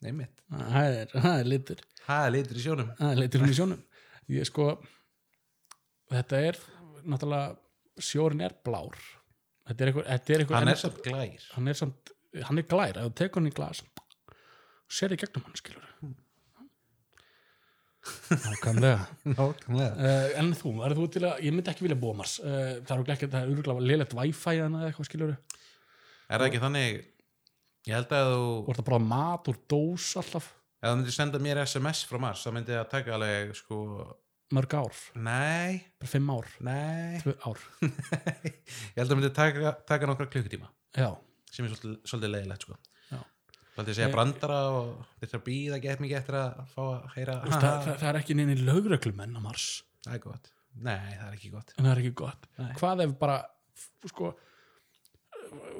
B: neymitt
A: það er, það er litur
B: það er litur í sjónum
A: það er liturinn í sjónum ég sko þetta er náttúrulega sjórin er blár þetta er eitthvað, þetta er eitthvað
B: hann er samt glær
A: hann er samt, hann er glær ef þú tekur hann í glas sér í gegnum hann skilur nákvæmlega
B: Nákvæmlega.
A: uh, en þú, er þú til að, ég myndi ekki vilja búa á Mars uh, það er örugglega ekki, það er örgulega lélegt wifi hann eða eitthvað skilur þú
B: er það ekki þannig ég held að þú,
A: ert að bráða mat úr dós alltaf
B: ef þú myndir senda mér sms frá Mars þá myndi það taka alveg sko
A: mörg ár,
B: nei,
A: bara fimm ár
B: nei
A: tvö ár,
B: ég held að það myndi taka, taka nokkra klukkutíma
A: já,
B: sem er svolítið, svolítið leiðilegt sko
A: Já.
B: Baldið segja
A: Nei.
B: brandara og þetta býða gett mikið eftir að fá að heyra
A: Þú veist,
B: "Ha,
A: það, það, það er ekki neini lögreglumenn á Mars
B: það er gott Nei, það er ekki gott
A: en það er ekki gott
B: Nei.
A: hvað ef bara f- sko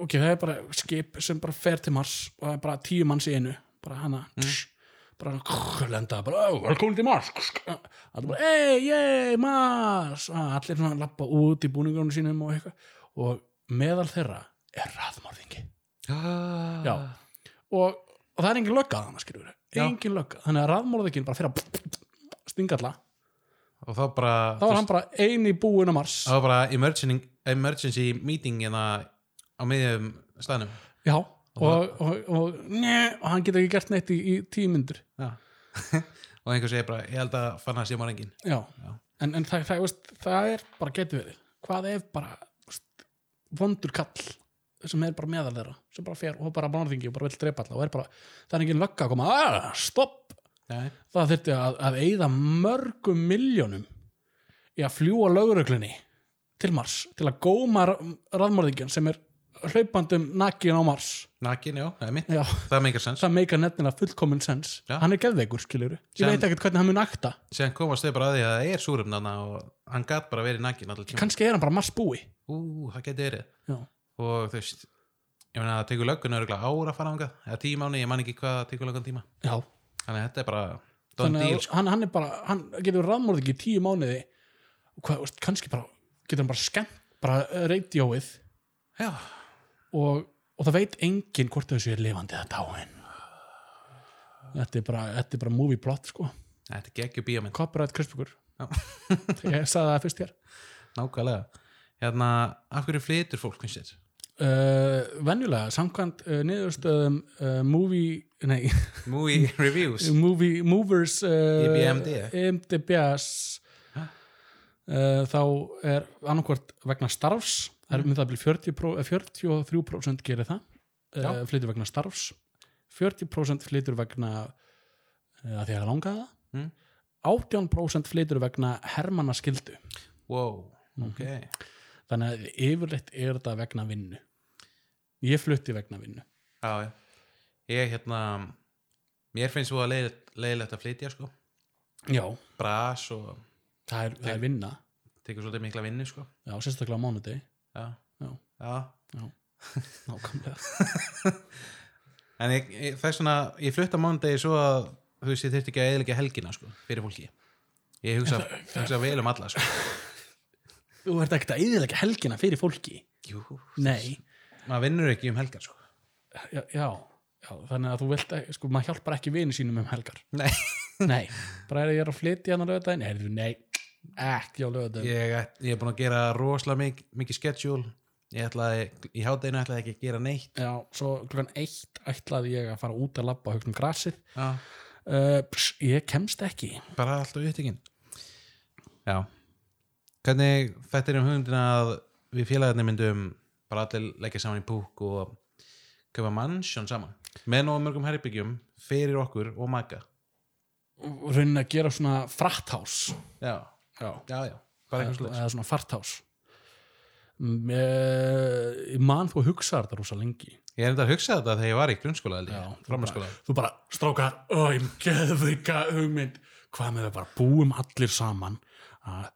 A: ok, það er bara skip sem bara fer til Mars og það er bara tíu manns í einu bara hana tss, bara krr, Mm. lenda bara, "Ó, velkomin til Mars það er bara, ei, ei, Mars og allir svona lappa út í búningunum sínum og eitthvað og meðal þeirra er raðmörðingi
B: Já,
A: og, og það er engin lögga þannig skilur við,
B: Já.
A: engin lögga þannig að raðmörðingin bara fer að stinga alla
B: Og þá bara,
A: þá er
B: þú veist,
A: hann bara eini búin á Mars
B: þá var bara emergency, emergency meeting hérna á miðjum staðnum
A: Já, og, og, og, og, njö, og hann getur ekki gert neitt í, í tíu myndur
B: Já Og einhver segir bara, ég held að fann það sem var engin
A: Já,
B: Já.
A: en, en það, það, veist, það er bara getur verið Hvað ef bara veist, vondur kall sem er bara meðal þeirra sem bara fer og bara bánarþingi og bara vill dreipa alla og er bara, það er engin lögga að koma að, stopp,
B: Nei,
A: það þurfti að, að eyða mörgum miljónum í að fljúa lögreglunni til Mars, til að góma raðmörðingjan sem er hlaupandum nakin á Mars
B: nakin, já, það er mitt
A: Já
B: Það meikar sens
A: það meikar nefnilega fullkomin sens
B: Já.
A: hann er geðveikur skiljur ég
B: Sem-
A: veit ekkert hvernig hann mun akta
B: Sér komast þau bara að því að það er súrum þarna og hann gat bara verið nakin allir tíma
A: kannski er hann bara massbúi
B: Ú, það geti verið
A: Já.
B: og þú veist ég meina það tekur löggun örgulega ára að fara ángað eða tíu mánu, ég man ekki hvað það tekur löggun tíma
A: Já.
B: þannig að þetta er bara don
A: þannig
B: deal sko.
A: að hann, hann er bara hann getur raðmórið ekki í tíu mánuði Og hvað, veist, kannski bara getur hann bara skemmt bara eh, radioið
B: Já.
A: og, og það veit enginn hvort þessu er lifandi eða dáin þetta er bara, þetta er bara movie plot sko
B: þetta er geggjum bíómynd,
A: copyright kristugur
B: Já.
A: ég sagði það fyrst hér
B: nákvæmlega hérna, af hverju flytur fólk finnst þér?
A: uh, venjulega samkvæmt uh, niðurstöðum uh, movie, nei
B: Movie Reviews
A: movie, Movers uh,
B: IMDb.
A: IMDb's, uh, þá er annarkvort vegna starfs það er myndið að bli 40 pró, eh, 43% gerir það uh,
B: Já.
A: flytur vegna starfs 40% flytur vegna uh, að því að langa það
B: Mm.
A: 18% flytur vegna hermannaskildu
B: wow,
A: Mhm.
B: ok
A: þannig að yfirleitt er þetta vegna vinnu ég flutti vegna vinnu
B: já, já. ég hérna mér finnst þú að leiðilegt að flytja sko
A: já,
B: bras og
A: það er, það er vinna
B: tekur svolítið mikla vinnu sko
A: já, sérstaklega á mánudegi
B: já,
A: Já.
B: já.
A: nákvæmlega
B: En ég, ég, þess vegna, ég flutt á mándegi svo að þú veist, ég þyrfti ekki að eðlika helgina sko, fyrir fólki. Ég hugsa, hugsa vel um alla sko.
A: Þú ert ekkert að yðurlega helgina fyrir fólki
B: Jú,
A: Nei
B: maður vinnur ekki um helgar sko.
A: já, já, já, þannig að þú vilt ekki, sko, maður hjálpar ekki vini sínum um helgar
B: Nei.
A: Nei, bara er ég er að flytja hann á lögadaginn Nei, þú, nei, ekki á lögadaginn
B: Ég, ég er búin að gera rosalega mik mikið schedule. Ég ætlaði, í hádeginu ætlaði ég ekki að gera neitt.
A: Já, svo klukkan eitt ætlaði ég að fara út að labba og hugsa um grasið
B: Já,
A: uh, pss, Ég kemst ekki
B: bara alltaf upptekinn. Já. Hvernig þetta er um hugmyndina að við félagarnir myndum bara allir leggja saman í púk og köpa mannsjón saman. Með nóg mörgum herbyggjum fyrir okkur og maga.
A: Raunin að gera svona fratthás
B: Já.
A: Já,
B: já, já, bara eitthvað slags
A: eða svona farthás Mm, eh, Ég man þú hugsaðar þetta rosa lengi
B: ég er enda að hugsa þetta þegar ég var í grunnskóla held ég,
A: Já,
B: framhaldsskóla
A: þú bara strákar, ó, ég geðvika hugmynd, hvað með við bara búum allir saman að,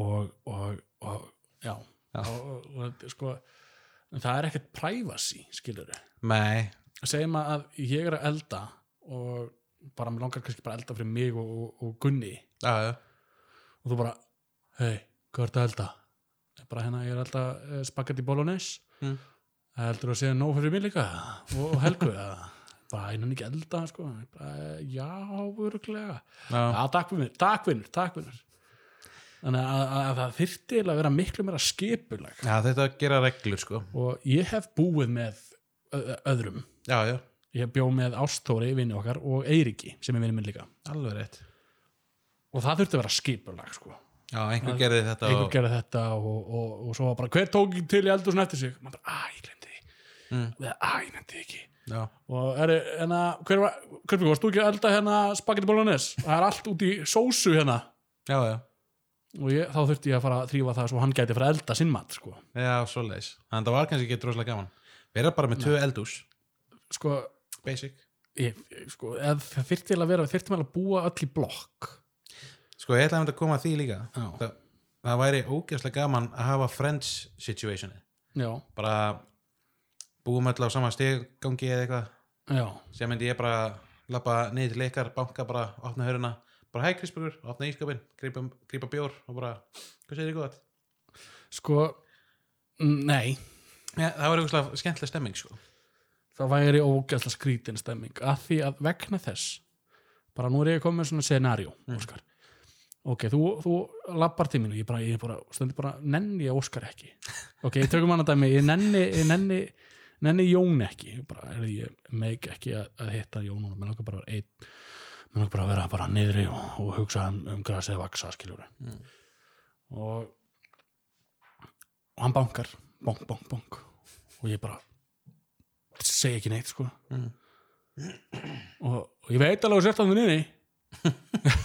A: og, og, og já,
B: Já.
A: Og, og, og sko en það er ekkert privacy, skilur við
B: nei,
A: segjum að ég er að elda og bara mér langar kannski bara að elda fyrir mig og, og, og Gunni
B: já, já,
A: og þú bara, hei, hvað ertu að elda? Ég bara hérna, ég er alltaf uh, spagetti bolognese Eh,
B: Mm.
A: heldur þú að segja nóg fyrir mig líka og, og helgu eða? bara einan ekki að elda sko. Ég bara, "Eh, já, öruglega
B: já,
A: já, takk vinnur, takk vinnur, takk vinnur þannig að, að, að það þyrfti eiginlega að vera miklu meira skipulag
B: já, þetta að gera reglur sko
A: og ég hef búið með ö- öðrum
B: já, já,
A: ég bjó með Ástóri, vinni okkar og Eiriki sem er vinni minn líka
B: alveg rétt
A: og það þurfti að vera skipulag sko.
B: já, einhver gerði þetta
A: einhver
B: og,
A: gerði þetta og, og, og svo var bara hver tók til í eldur eftir sig maður bara, að ég glemdi því
B: Mm.
A: eða að ég nefndi því ekki
B: já,
A: og er, hérna, hver var, hver varst þú ekki að elda hérna spagetti bolognese, það er allt út í sósu hérna
B: já, já,
A: og ég, þá þurfti ég að fara að þrýfa það svo hann gæti að fara að elda sinn mat sko.
B: já, svoleiðis þannig að það var kannski ekki droslega gaman vera bara með tvö eldús,
A: Sko,
B: basic
A: ég, sko eð, það þyrfti eiginlega að vera, þyrfti maður að búa öll í blokk
B: sko, ég ætlaði að koma að því líka
A: Já.
B: það, það væri ógeðslega gaman að hafa friends situationi
A: já,
B: bara búum öll á sama steggangi eða eitthvað
A: já,
B: sem myndi ég bara lappa niður til ykkar, banka bara, opna höruna bara hæ Kristbjörgur, opna ískapin grípa, grípa bjór og bara hvað segir þið gott?
A: sko mm, nei,
B: Ja, það var eitthvað skemmtileg stemming sko.
A: það væri ógæsla skrítin stemming að því að vegna þess bara nú er ég komið með svona scenarió Óskar ok, þú, þú lappar til mínu, ég bara, ég bara stundir bara, nenni ég Óskar ekki ok, ég tökum hann að dæmi, ég nenni ég nenni, nenni Jón ekki ég bara, er, ég meik ekki að, að hitta Jón og mér langar bara að vera einn mér langar bara að vera bara niðri og, og hugsa um, um grasið vaksa, skiljur
B: Mm.
A: og og hann bankar bonk, bonk, bonk og ég bara segi ekki neitt sko
B: Mm.
A: og, og ég veit alveg að sérst hann þinn inni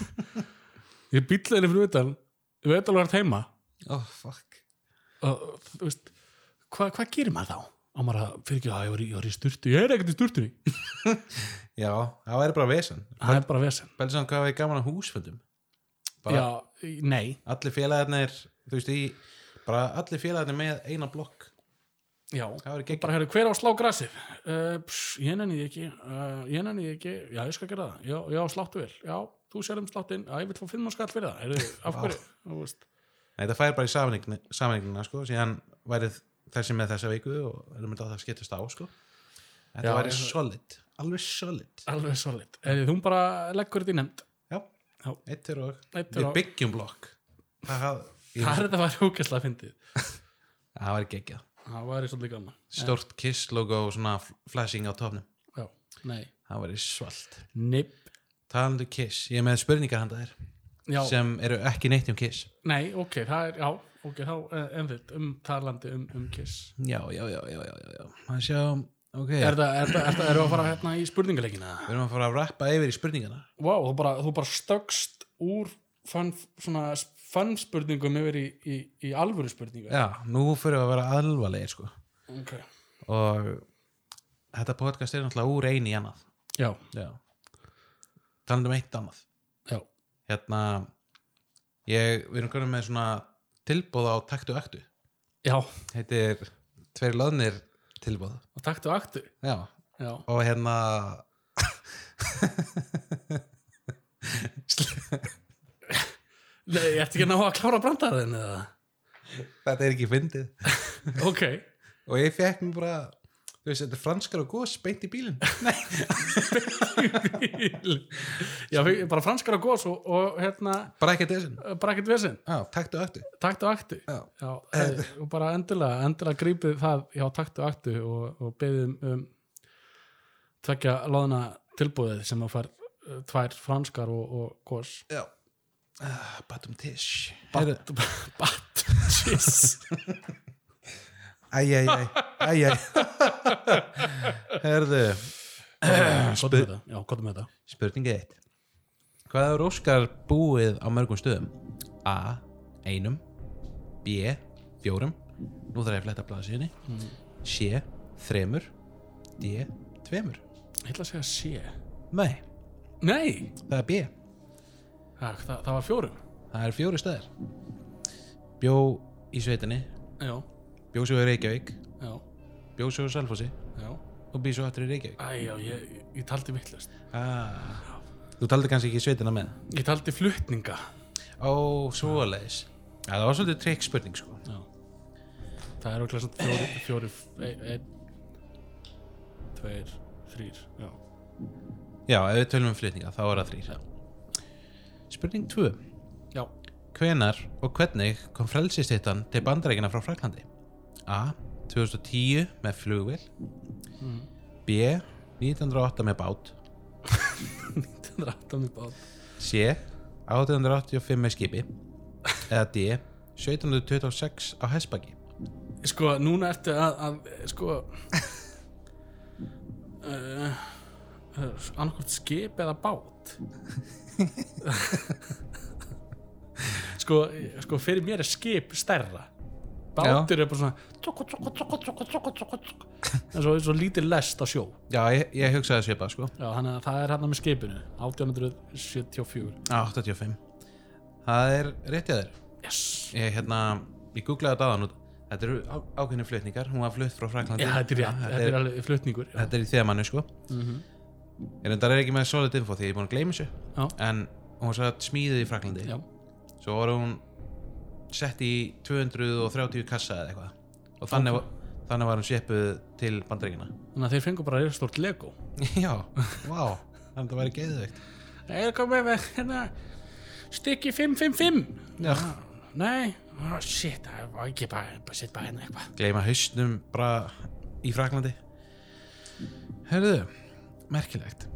A: ég býtla henni fyrir utan ég veit alveg að það heima
B: oh fuck
A: og þú veist hva, hvað gerir maður þá? á maður að fyrir ekki að ég var í- ég var í sturtu ég er ekkert í sturtunni
B: já, það væri bara vesen
A: það er bara vesen
B: Belsan, hvað væri gaman á húsföldum? Bara
A: já, nei,
B: allir félagarnir þú veist, í, bara allir félagarnir með eina blokk
A: já
B: það væri gegn
A: bara hérna, hver á að slá grasið? Uh, pss, ég nenni því ekki, uh, ég nenni því ekki já, ég skal gera það, já, já sláttu vel já, þú sér um sláttinn, já, ég vil fá fimm og skall fyrir það, Heyrðu, af
B: Vá.
A: hverju Þú veist.
B: Nei, það fær bara í sameignina, sameignina sko, síðan væri þessi með þessa viku og erum við að það skiptast á sko. þetta
A: Já,
B: væri
A: ég-
B: solid alveg solid
A: alveg solid, eða þú bara leggur þetta í nefnd
B: já,
A: Já.
B: eitt er og
A: Eitt er
B: við
A: og-
B: byggjum blokk það, haf- ég-
A: það er þetta var húkesslega fyndið
B: það væri geggjað
A: það væri svolítið gaman
B: stort kiss logo og svona fl- flashing á tofnum
A: já, nei,
B: það væri svalt
A: nip
B: talandu kiss, ég er með spurningar handa þér
A: já,
B: sem eru ekki neitt um kiss
A: nei, ok, það er, já, ok þá, eh, einmitt, um talandi um, um kiss
B: já, já, já, já, já, já, já. Að sjá, ok,
A: er það, er það, er það, erum við að fara hérna í spurningalegina
B: við erum að fara að rappa yfir í spurningana
A: wow, þú bara, þú bara stöggst úr fun, svona fun spurningum yfir í, í, í alvöru spurningu
B: já, nú fyrir að vera alvarlegir sko
A: ok,
B: og þetta podcast er náttúrulega úr einu í annað
A: já,
B: já. talandi um eitt annað
A: já
B: hérna ég, við erum konum með svona tilbóð á taktu og aktu
A: já,
B: heitir tveir loðnir tilbóð
A: og taktu og aktu
B: já.
A: já,
B: og hérna Sl-
A: nei, ég ætti ekki að ná að klára brandarinn eða,
B: þetta er ekki fyndið
A: ok
B: og ég fekk mér bara þú veist, þetta er franskar og góðs beint í bílinn
A: já, við- bara franskar og gos og, og hérna,
B: bara ekki þessin
A: eh, bara ekkert vesinn
B: já, taktu og aktu
A: taktu og aktu
B: já,
A: já, eh, og bara endilega, endilega grípið það já, taktu og aktu og, og beðum um tvekja loðna tilbúðið sem að fær eh, tvær franskar og, og gos
B: já. Uh, bottom tish Heyrðu-
A: Bat, bat, jizz
B: Æj, æj, æj, æj, æj Herðu
A: Kottum með þetta, já, kottum með þetta
B: Spurningi eitt Hvað er Óskar búið á mörgum stöðum? A. Einum B. Fjórum Nú þarf ég að fletta blaðsíðinni C. Þremur D. Tveimur
A: Ég ætla að segja sé
B: Nei,
A: Nei,
B: það er B
A: það, það, það var fjórum
B: Það er fjóri stöðar Bjó í sveitinni
A: Já,
B: Bjó svo í Reykjavík
A: já,
B: Bjó svo í Salfossi
A: já
B: og bý svo aftur í Reykjavík
A: Æ, já, ég, ég, ég taldi vittlust
B: ah. Þú taldi kannski ekki sveitina með
A: Ég taldi flutninga
B: Ó, svoleiðis ja, Það var svolítið trikk spurning sko
A: Það er okkur svona fjóri, fjóri ein, ein, Tveir, þrýr Já,
B: Já, ef við tölum um flytninga, þá er það þrýr Spurning 2
A: já.
B: Hvenar og hvernig kom frelsistittan til bandarækina frá Fraklandi? A. 2010 með flugvél B. 1908 með bát
A: það er aftan í bát
B: C. 1885 með skipi eða D. 1726 á Hesbaki
A: Sko, núna ertu að, að Sko uh, Annarkvort skip eða bát Sko, sko fyrir mér er skip stærra Bátur er bara svona Tjóku, tjóku, tjóku, tjóku, tjóku, tjóku, tjóku En svo, svo lítið lest á sjó
B: Já, ég, ég hugsaði svipað sko
A: Já, þannig að það er hérna með skipinu 1874
B: Ah, 85 Það er rétt hjá þér
A: Yes
B: Ég, hérna, ég googlaði þetta aðan út Þetta eru á, ákveðni flutningar, hún var flutt frá Fraklandi
A: Já, þetta er rétt, þetta er alveg flutningur Já,
B: þetta er í þemannu sko Ég reyndar er ekki með solid info því ég er búin að gleyma þessu
A: Já.
B: En hún var satt smíðið í Fraklandi
A: já,
B: Svo var hún sett í 230 kassa eða eitthvað Og þannig, var, þannig var hún séppuð til bandaríkina
A: þannig að þeir fengu bara reyður stort Lego
B: Já, vá, þannig að það væri geðveikt
A: Nei, það komið með hérna Stykki 555
B: Já.
A: Nei, oh, shit, það var ekki bara, bara Sitt bara hérna eitthvað
B: Gleyma hausnum bara í Fraklandi Herðu, merkilegt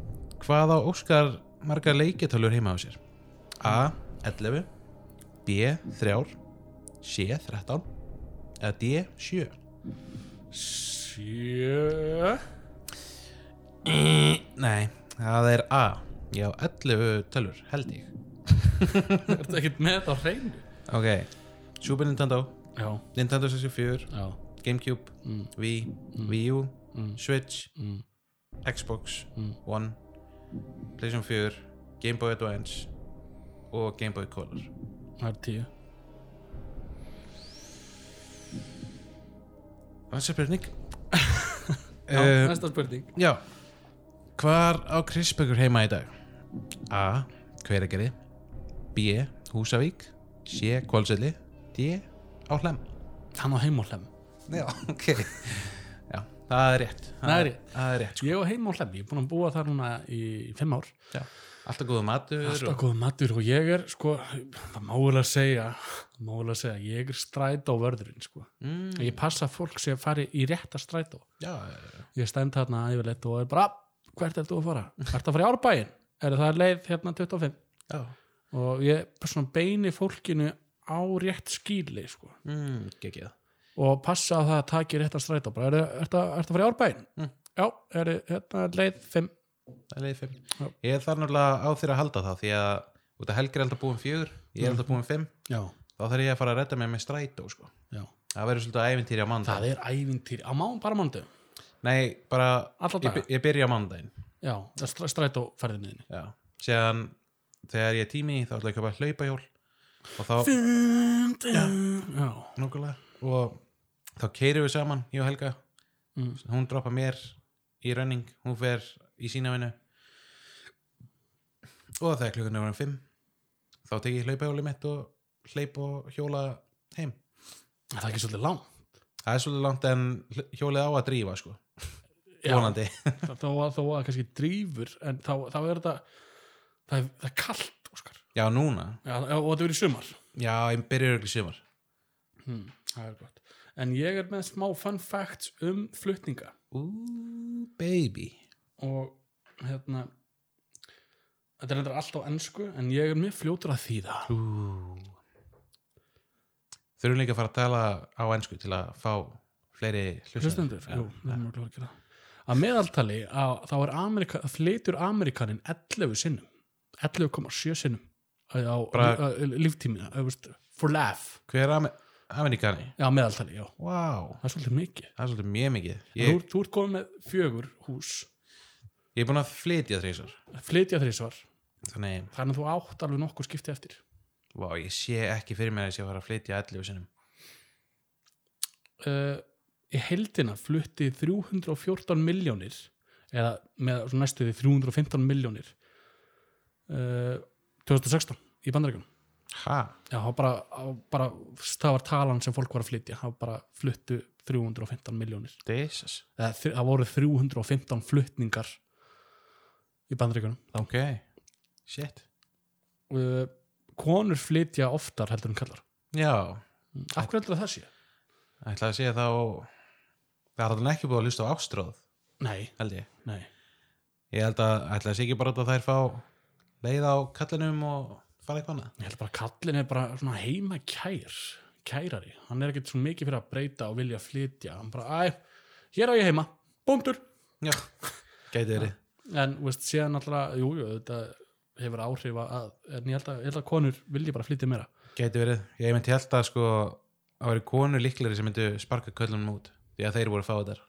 B: Hvað á Óskar margar leikjatölur heima á sér? A. 11 B. 3 C. 13 eða D. 7
A: Sjö
B: Nei, það er A Ég á 11 tölur, held ég
A: Er þetta ekkert með þetta á hreinu?
B: Ok, Super Nintendo
A: Já,
B: Nintendo 64
A: já,
B: Gamecube,
A: Mm.
B: Wii, Wii U Switch, Xbox
A: Mm.
B: One PlayStation 4, Game Boy Advance og Game Boy Color
A: það er tíu
B: Næsta spurning
A: Já,
B: Eh,
A: næsta spurning
B: Já Hvar á Krispökur heima í dag? A. Hveragerði B. Húsavík C. Kvalselli D. Á hlem
A: Hann á heimálhem
B: Já, ok Já, það er rétt
A: Það er rétt.
B: Það er rétt sko.
A: Ég á heimálhem, ég er búin að búa það núna í fimm ár
B: Já. Alltaf góðu matur
A: Alltaf
B: og...
A: góð matur og ég er sko, það máulega segja það máulega segja, ég er strætó vörðurinn sko.
B: mm,
A: ég passa að fólk sem fari í rétta strætó
B: Já, já, já.
A: ég stend þarna yfirleitt og er bara hvert er þú að fara? Ertu að fara í árbæin? Er það leið hérna 25?
B: já.
A: og ég bara svona beini fólkinu á rétt skýli sko.
B: Mm, Gekkið
A: og passa að það taki rétta strætó bara, er, er, er, er það að fara í árbæin?
B: Mm.
A: Já, er, hérna er leið 5
B: Það er leiðið fimm
A: Já.
B: Ég er þar náttúrulega á þér að halda þá því að út að Helgi er alltaf búin fjögur ég
A: Mm.
B: er alltaf búin fimm
A: Já,
B: þá þarf ég að fara að redda mig með strætó sko.
A: já
B: það verður svolítið ævintýri á mandag
A: Það er ævintýr, á mán, bara mándu
B: Nei, bara
A: Alla
B: ég,
A: daga.
B: by- ég byrja á mandaginn
A: Já, það er stræ- strætóferðinni þinni
B: Já. Síðan þegar ég er tími í, þá ætla ég að köpa hlaupahjól og þá,
A: Dun, dun. Já.
B: nokkulega og þá keirum við saman, ég og Helga
A: Mm.
B: hún droppa mér í running, hún fer í sína vinnu og þegar klukkan er varum fimm þá tek ég hlaupahjóli mitt og hleyp og hjóla heim
A: Það er ekki svolítið langt
B: það er svolítið langt en hl- hjólið á að drífa sko,
A: Já.
B: vonandi
A: Þó- þó að, þó að kannski drífur en þá, þá er þetta það er, það er kalt Óskar
B: Já, núna,
A: Já, og þetta verið sumar
B: já, ég byrja örgli sumar
A: hmm, það er gott en ég er með smá fun facts um flutninga
B: Ooh, baby
A: og hérna þetta er reyndar allt á ennsku en ég er mjög fljótur að þýða
B: Þurfum líka að fara að tala á ennsku til að fá fleiri
A: hlustendur
B: Já.
A: jú, við erum örugglega að gera það. að meðaltali að, þá er Amerika, flytur Amerikanin 11 sinnum 11,7 sinnum á,
B: Bara-
A: á líftímina þú veist, for laugh
B: Hver er Amer- Ameríkani?
A: já, að meðaltali, já,
B: Vá, wow,
A: það er svolítið mikið
B: það er svolítið mjög mikið
A: Ég...
B: Ég,
A: Þú, þú ert komin með fjögur hús
B: ég er búin að flytja þreysar
A: flytja þrísvar,
B: Þannig,
A: þannig að þú átt alveg nokkur skipti eftir
B: vá, ég sé ekki fyrir mér að ég sé að fara að flytja 11 sinnum
A: uh, í heldina flutti 314 miljónir eða með svona næstu því 315 miljónir uh, 2016 í bandaríkjum
B: Ha?
A: Já, það var bara, það var bara, það var talan sem fólk var að flytja, það var bara fluttu 315 miljónir.
B: Jesus.
A: Eða, þr- það voru 315 fluttningar í bandaríkjunum. þá.
B: Ok. Shit.
A: Uh, konur flytja oftar heldur en kallar.
B: Já.
A: Af hverju heldur það sé?
B: Ætla að segja þá það er þannig ekki búið að hlusta á ástróð
A: Nei,
B: held ég.
A: nei.
B: Ég held að ætla að segja ekki bara að þær fá leið á kallinum og fara eitthvað annað.
A: Ég held bara að kallin er bara svona heima kær, kærari. Hann er ekkert svo mikið fyrir að breyta og vilja flytja. Hann bara, æ, hér á ég heima, búndur.
B: Já. Gæti verið.
A: En, þú veist, séðan alltaf, jú, jú, þetta hefur áhrif að, en ég held að, ég held að konur vilja bara flytja meira.
B: Gæti verið. Ég myndi held að sko að verið konur líklegri sem myndu sparka köllunum út því að þeir voru að fá þetta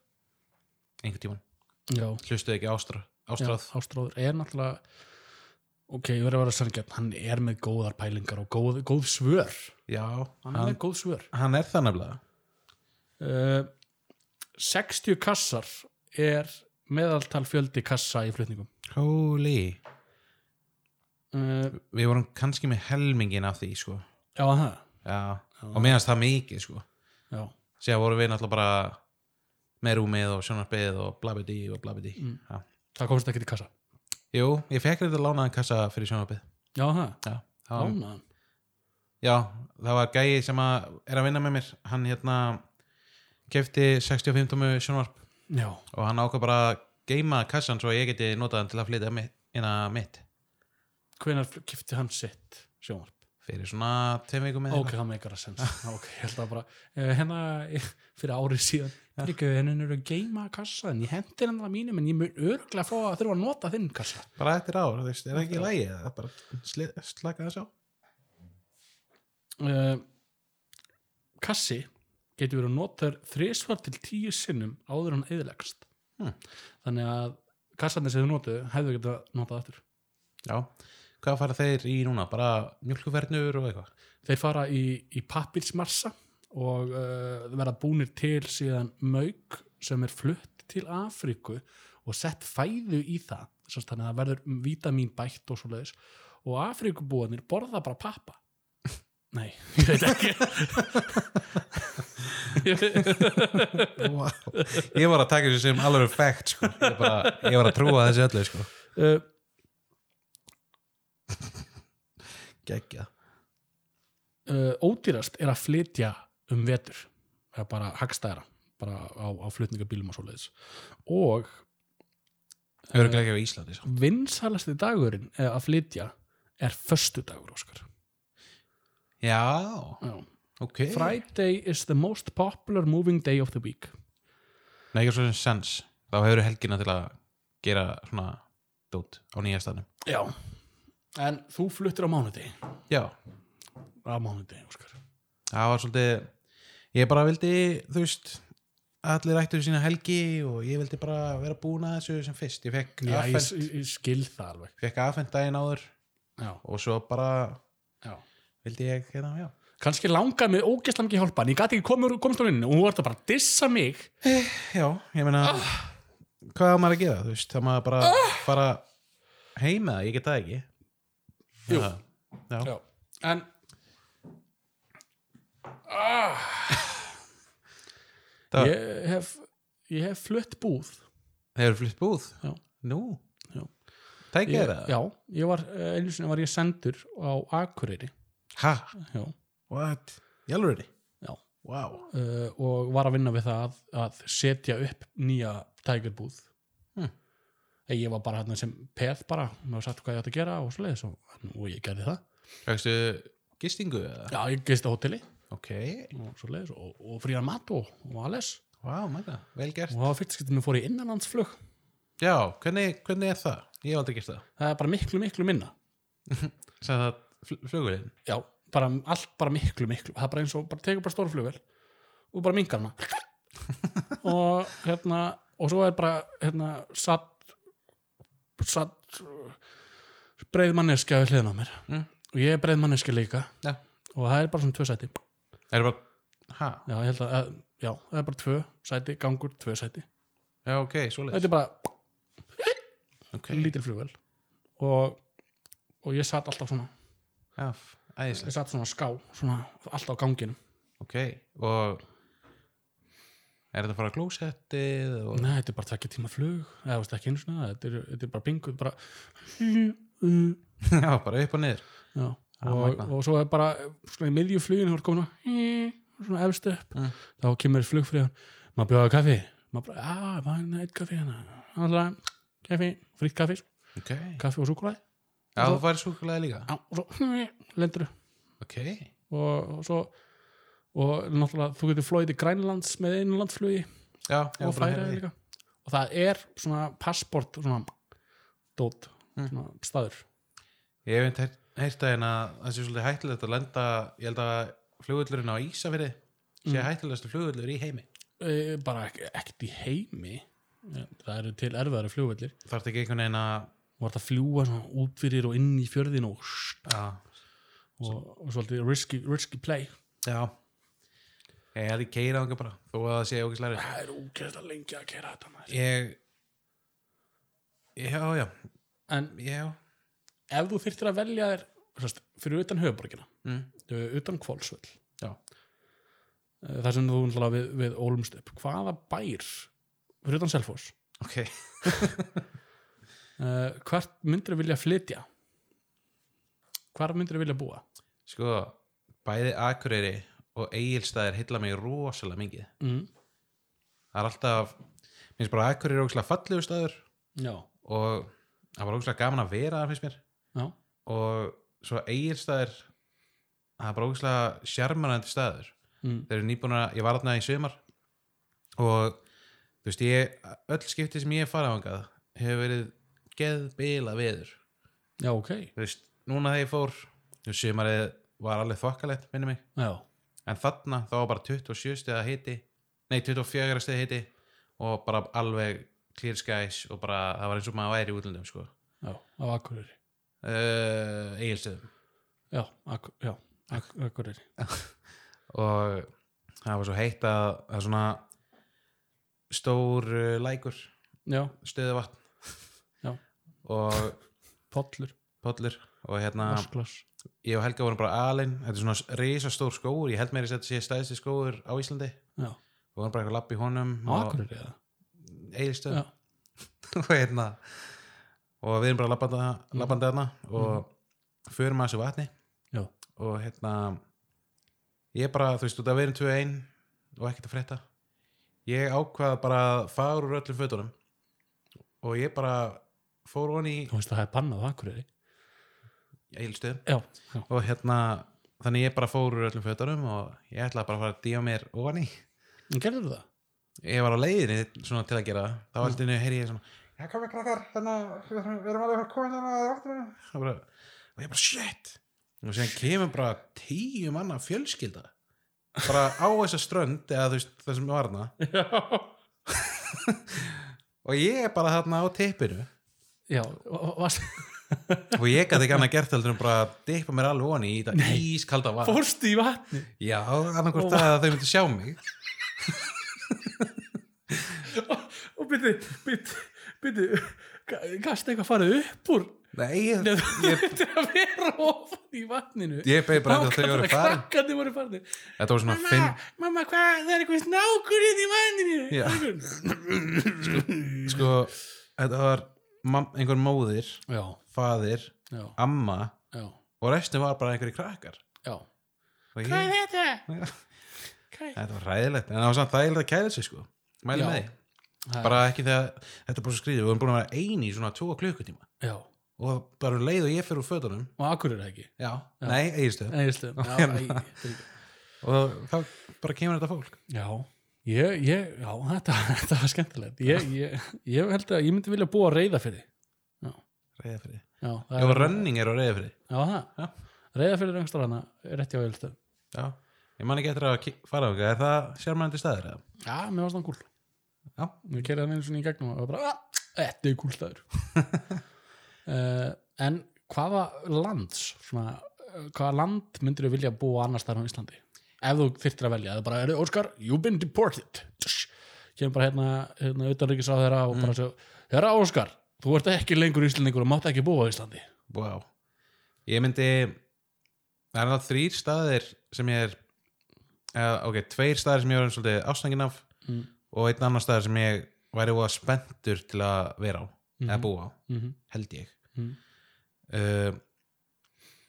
B: einhvern tíman.
A: Já.
B: Hlustuðu ekki á ástróð. Ástróð.
A: Já, Ástráður er náttúrulega ok, ég verður að vera sanngjarn hann er með góðar pælingar og góð, góð svör
B: Já.
A: hann er
B: Hann,
A: með góð svör
B: hann er það nefnilega.
A: uh, 60 kassar er meðaltal fjöldi kassa í flutningum
B: Holy.
A: uh,
B: Við vorum kannski með helmingin af því sko.
A: já, það
B: Já. Og meðanst það mikið sko.
A: já.
B: síðan vorum við náttúrulega bara með rúmið og sjónarbeið og blabidi og blabidi
A: Mm.
B: Já.
A: það komst ekki til kassa
B: Jú, ég fekk þetta lánaðan kassa fyrir sjónarbeið
A: já, það,
B: Já, það var,
A: lánaðan
B: já, það var gæi sem að er að vinna með mér hann hérna kefti 65 tómu sjónvarp
A: já,
B: og hann ákvað bara að geima kassan svo að ég geti notað hann til að flytja mitt, inna mitt
A: hvenær kifti hann sitt sjónvarp
B: fyrir svona tveim vikum með
A: ok, það meikar að sens ok, ég held að bara, uh, hérna fyrir árið síðan Líka, henni er að geima kassa en ég hendir henni að mínu en ég mun örglega fá að þurfa að nota þinn kassa
B: bara eftir ár, þú veist, er það ekki í lægi það bara sli- slaka þess á
A: uh, kassi getur verið að nota þér þrisvar til tíu sinnum áður en hann eðilegst
B: Hmm.
A: þannig að kassarnir sem þau notuðu hefðu getað að notað aftur
B: Já, hvað fara þeir í núna? Bara mjölkuvernur og eitthvað?
A: þeir fara í, í pappirsmassa og uh, verða búnir til síðan mauk sem er flutt til Afríku og sett fæðu í það Sast, þannig að það verður vítamín bætt og svo leiðis og Afríkubúanir borða bara pappa nei, ég veit ekki ég veit
B: Wow. Ég var að taka þessu sem alveg fact sko. ég, bara, ég var að trúa þessu öllu sko.
A: uh,
B: Gekja
A: uh, ódýrast er að flytja um vetur það er bara hagstæra bara á, á flutningabílum og svoleiðis og
B: Örgulega ekki á Íslandi sko.
A: vinsalasti dagurinn eh, að flytja er föstudagur Óskar
B: Já,
A: Já.
B: ok
A: Friday is the most popular moving day of the week
B: Nei, ekki svo sem sens Þá hefur helgina til að gera svona dót á nýja staðnum
A: Já en þú fluttir á mánudegi
B: Já,
A: á mánudegi Óskar
B: það var svolítið Ég bara vildi, þú veist allir ættu sína helgi og ég vildi bara vera búin að þessu sem fyrst Ég fekk
A: Já, ég,
B: afhent,
A: ég, ég skil það alveg
B: fekk afhent daginn áður
A: Já,
B: og svo bara
A: já
B: vildi ég hérna, já
A: Kanski langaði mig ógeðslega mikið hjálpa en ég gæti ekki komið úr komstóninni og hún var þetta bara að dissa mig
B: Já, ég meina Hvað á maður að gera, þú veist Það maður bara fara heim með það, ég get það ekki
A: Jú.
B: Já, já.
A: Já. En Ah.
B: Það-
A: ég hef, ég hef flutt búð
B: Þeir eru flutt búð
A: Já.
B: Nú,
A: Já.
B: það
A: ég,
B: gera það
A: Já, ég var, eh, einu sinni var ég sendur á Akureyri
B: Ha,
A: já,
B: what, jálfurði
A: Já.
B: Wow,
A: uh, og var að vinna við það að, að setja upp nýja tækjarbúð
B: Hmm.
A: Ég var bara hérna sem peð bara, maður sagt hvað ég átt að gera og svoleiðis og, og ég gerði það.
B: fækstu gistingu eða?
A: Já, ég gist á hóteli
B: Ok,
A: og svoleiðis og, og fríðan mat og, og alles.
B: wow, mæta, vel gert
A: Og það var fyrst skiptið mér fór í innanlandsflug.
B: Já, hvernig, hvernig er það? Ég hef aldrei gert það
A: Það er bara miklu, miklu minna.
B: Sæði það fl flugurinn
A: Já, bara allt bara miklu, miklu. Það er bara eins og, bara tekur bara stóra flugvel og bara minkar hana. og hérna, og svo er bara, hérna, satt, satt, uh, breið manneskja við hliðin á mér.
B: Mm.
A: Og ég er breið manneskja líka.
B: Já.
A: Og það er bara svona tvö sæti.
B: Er bara, ha,
A: Já, ég held að, að já, það er bara tvö sæti, gangur, tvö sæti.
B: já, ok, svoleiðis
A: Þetta er bara
B: okay.
A: lítil flugvel og og ég satt alltaf svona
B: já, æðislega
A: ég satt svona á ská, svona alltaf á ganginum
B: ok, og er þetta að fara á klósettið og...
A: Nei, þetta er bara tvekja tíma flug eða þú veist ekki einu svona, þetta er, þetta er bara bingu bara já,
B: já, bara upp og niður Ah,
A: og,
B: magnað.
A: og svo er bara svona í miðju flugin hún er komin að svona efst upp
B: Mm.
A: þá kemur flugfríðan, maður bjóða kaffi maður bara, já, maður eitt kaffi hérna alltaf, kaffi, fritt kaffi
B: ok,
A: kaffi og súkulæði
B: já, þú farið súkulega líka
A: og svo lendur
B: ok,
A: og, og svo og náttúrulega þú getur flóið til Grænlands með einu landflugi
B: já,
A: og
B: já bara hérna
A: færa
B: heyrði.
A: líka og það er svona passport svona dót,
B: Mm.
A: svona staður
B: Ég hef einhvern heyrt að hérna það sé svolítið hættulegt að lenda ég held að flugullurinn á Ísafirði sé
A: Mm.
B: hættulegast flugullur í heimi
A: e, bara ek, ekkert í heimi Eh, það eru til erfiðari flugvellir
B: þarf ekki einhvern veginn að
A: og það fljúa svona út fyrir og inn í fjörðin og, sst,
B: já,
A: og, og svolítið risky, risky play
B: já. ég held ég keira þangað bara þó að það sé okkur slæri
A: það er úkvæðast að lengi að gera þetta maður.
B: ég já, já,
A: en
B: já
A: ef þú þyrftir að velja þér sérst, fyrir utan höfuborgina
B: mm.
A: eh, utan kvolsvöll
B: Já.
A: þar sem þú náttúrulega við, við ólumst upp hvaða bær fyrir utan Selfoss
B: ok,
A: uh, hvert myndir vilja flytja hvar myndir vilja búa
B: sko bæði Akureyri og Egilstaðir heilla mig rosalega mikið
A: mm.
B: það er alltaf, minnst bara Akureyri er ókslega fallegu staður
A: já,
B: og það var ókslega gaman að vera það finnst mér
A: já,
B: og svo eigirstaðir það er bara ógæslega sjarmarandi staður
A: mm.
B: þeir eru nýbúin að, ég var þarna í sömar og þú veist ég öll skipti sem ég hef farið ángað hefur verið geðbila veður
A: já ok
B: þú veist, núna þegar ég fór þú veist, sömarið var alveg þokkalett minni mig,
A: já,
B: en þarna þá var bara 27 stiða hiti, nei 24 stiða hiti og bara alveg clear skies og bara það var eins og maður væri í útlundum sko
A: já, á Akureyri
B: uh, eigilstöðum
A: já, ak já ak Akureyri
B: og það var svo heitt að það er svona stór uh, lækur
A: já,
B: stöðu vatn
A: Já.
B: og
A: pollur,
B: pollur og
A: Ah.
B: hérna
A: vasklas
B: ég og Helga vorum bara alinn þetta er svona risastór skóur, ég held meira að þetta sé stæðsti skóur á Íslandi
A: já, á
B: við vorum bara eitthvað lapp í honum
A: Akureyri eða
B: eigistöð
A: Já.
B: og hérna og við erum bara labbandi
A: Mm.
B: labbandi þarna og förum að þessu vatni
A: Já.
B: og hérna ég bara, þú veist, þú veist að við erum 2-1 og ekkert að frétta ég ákvað bara að fara úr öllum fötunum og ég bara fór honi í
A: þú veist að það er bannað á Akureyri
B: eilstöðum
A: já, já,
B: og hérna, þannig ég bara fór úr öllum fötunum og ég ætlaði bara að fara að díja mér honi
A: gerður það?
B: ég var á leiðinni svona til að gera það þá allt innu heyri ég svona já komið krakkar, þannig við erum- við erum alveg komin þannig að hérna áttunum og bara- og ég bara shit og síðan kemur bara tíu manna fjölskylda bara á þessa strönd eða þú veist það sem var hana
A: já,
B: og ég er bara þarna á tippinu
A: já, va- varst
B: og ég gæti ekki annað gert heldur en bara að dippa mér alveg honi í þetta ískalda vatn
A: fórst í vatni
B: já, annarkvort
A: Ó.
B: það að þau myndi sjá mig
A: og byrði, byrði, byrði gast eitthvað farið upp úr
B: nei, ég,
A: Nei,
B: ég,
A: þú myndir að vera ofan í vatninu
B: ég beði bara þetta þau voru farin
A: krakkandi voru farin
B: þetta voru svona fimm
A: mamma, hvað, það er eitthvað snákur inn í vatninu
B: Já. sko, þetta var mam- einhver móðir,
A: já,
B: faðir
A: já,
B: amma
A: já,
B: og restin var bara einhverjir krakkar
A: já.
B: og
A: hvað
B: ég,
A: er þetta?
B: Já.
A: Hvað er-
B: þetta var ræðilegt en það var samt þægilegt að kæla sig sko mæli
A: Já.
B: með því,
A: Það-
B: bara ekki þegar þetta er bara svo skrýðið, við erum búin að vera eini í svona tvo klukkutíma
A: já,
B: og bara um leið og ég fyrir úr fötunum
A: og akkur er það ekki
B: já, nei, eiginstöð
A: Nei, ég stöðum. já, æ,
B: hérna.
A: þetta er ekki-
B: og þá bara kemur þetta fólk
A: já, ég, ég já, þetta, þetta var skemmtilegt ég, ég, ég held að ég myndi vilja búa að reyða fyrir
B: reyðafrið,
A: já, það
B: já, running er á reyðafrið
A: já, það,
B: Já.
A: reyða fyrir röngstarana rétt hjá Egilstöðum
B: já, ég man ekki eftir að ki- fara á er það sérmænandi staður eða?
A: Já, mér varst hann kúl
B: Já.
A: Mér kerði hann einu svona í gegnum og bara, "Ah, þetta er kúl staður uh, En hvaða lands svona, eh, hvaða land myndir þú vilja búa annars staðar á Íslandi? Ef þú þyrftir að velja, það bara, er Óskar, you've been deported Tss. Kemur bara hérna, hérna utanríkis á þeirra og bara svo Herra Óskar, þú ert ekki lengur Íslandingur og mátt ekki búa á Íslandi
B: wow. Ég myndi Það er það þrýr staðir sem ég er eða, Ok, tveir staðir sem ég var svolítið ástangin af
A: Mm.
B: og einn annar staðir sem ég væri úr spenntur til að vera á eða
A: Mhm.
B: búa á,
A: Mhm.
B: held ég
A: Mhm.
B: uh,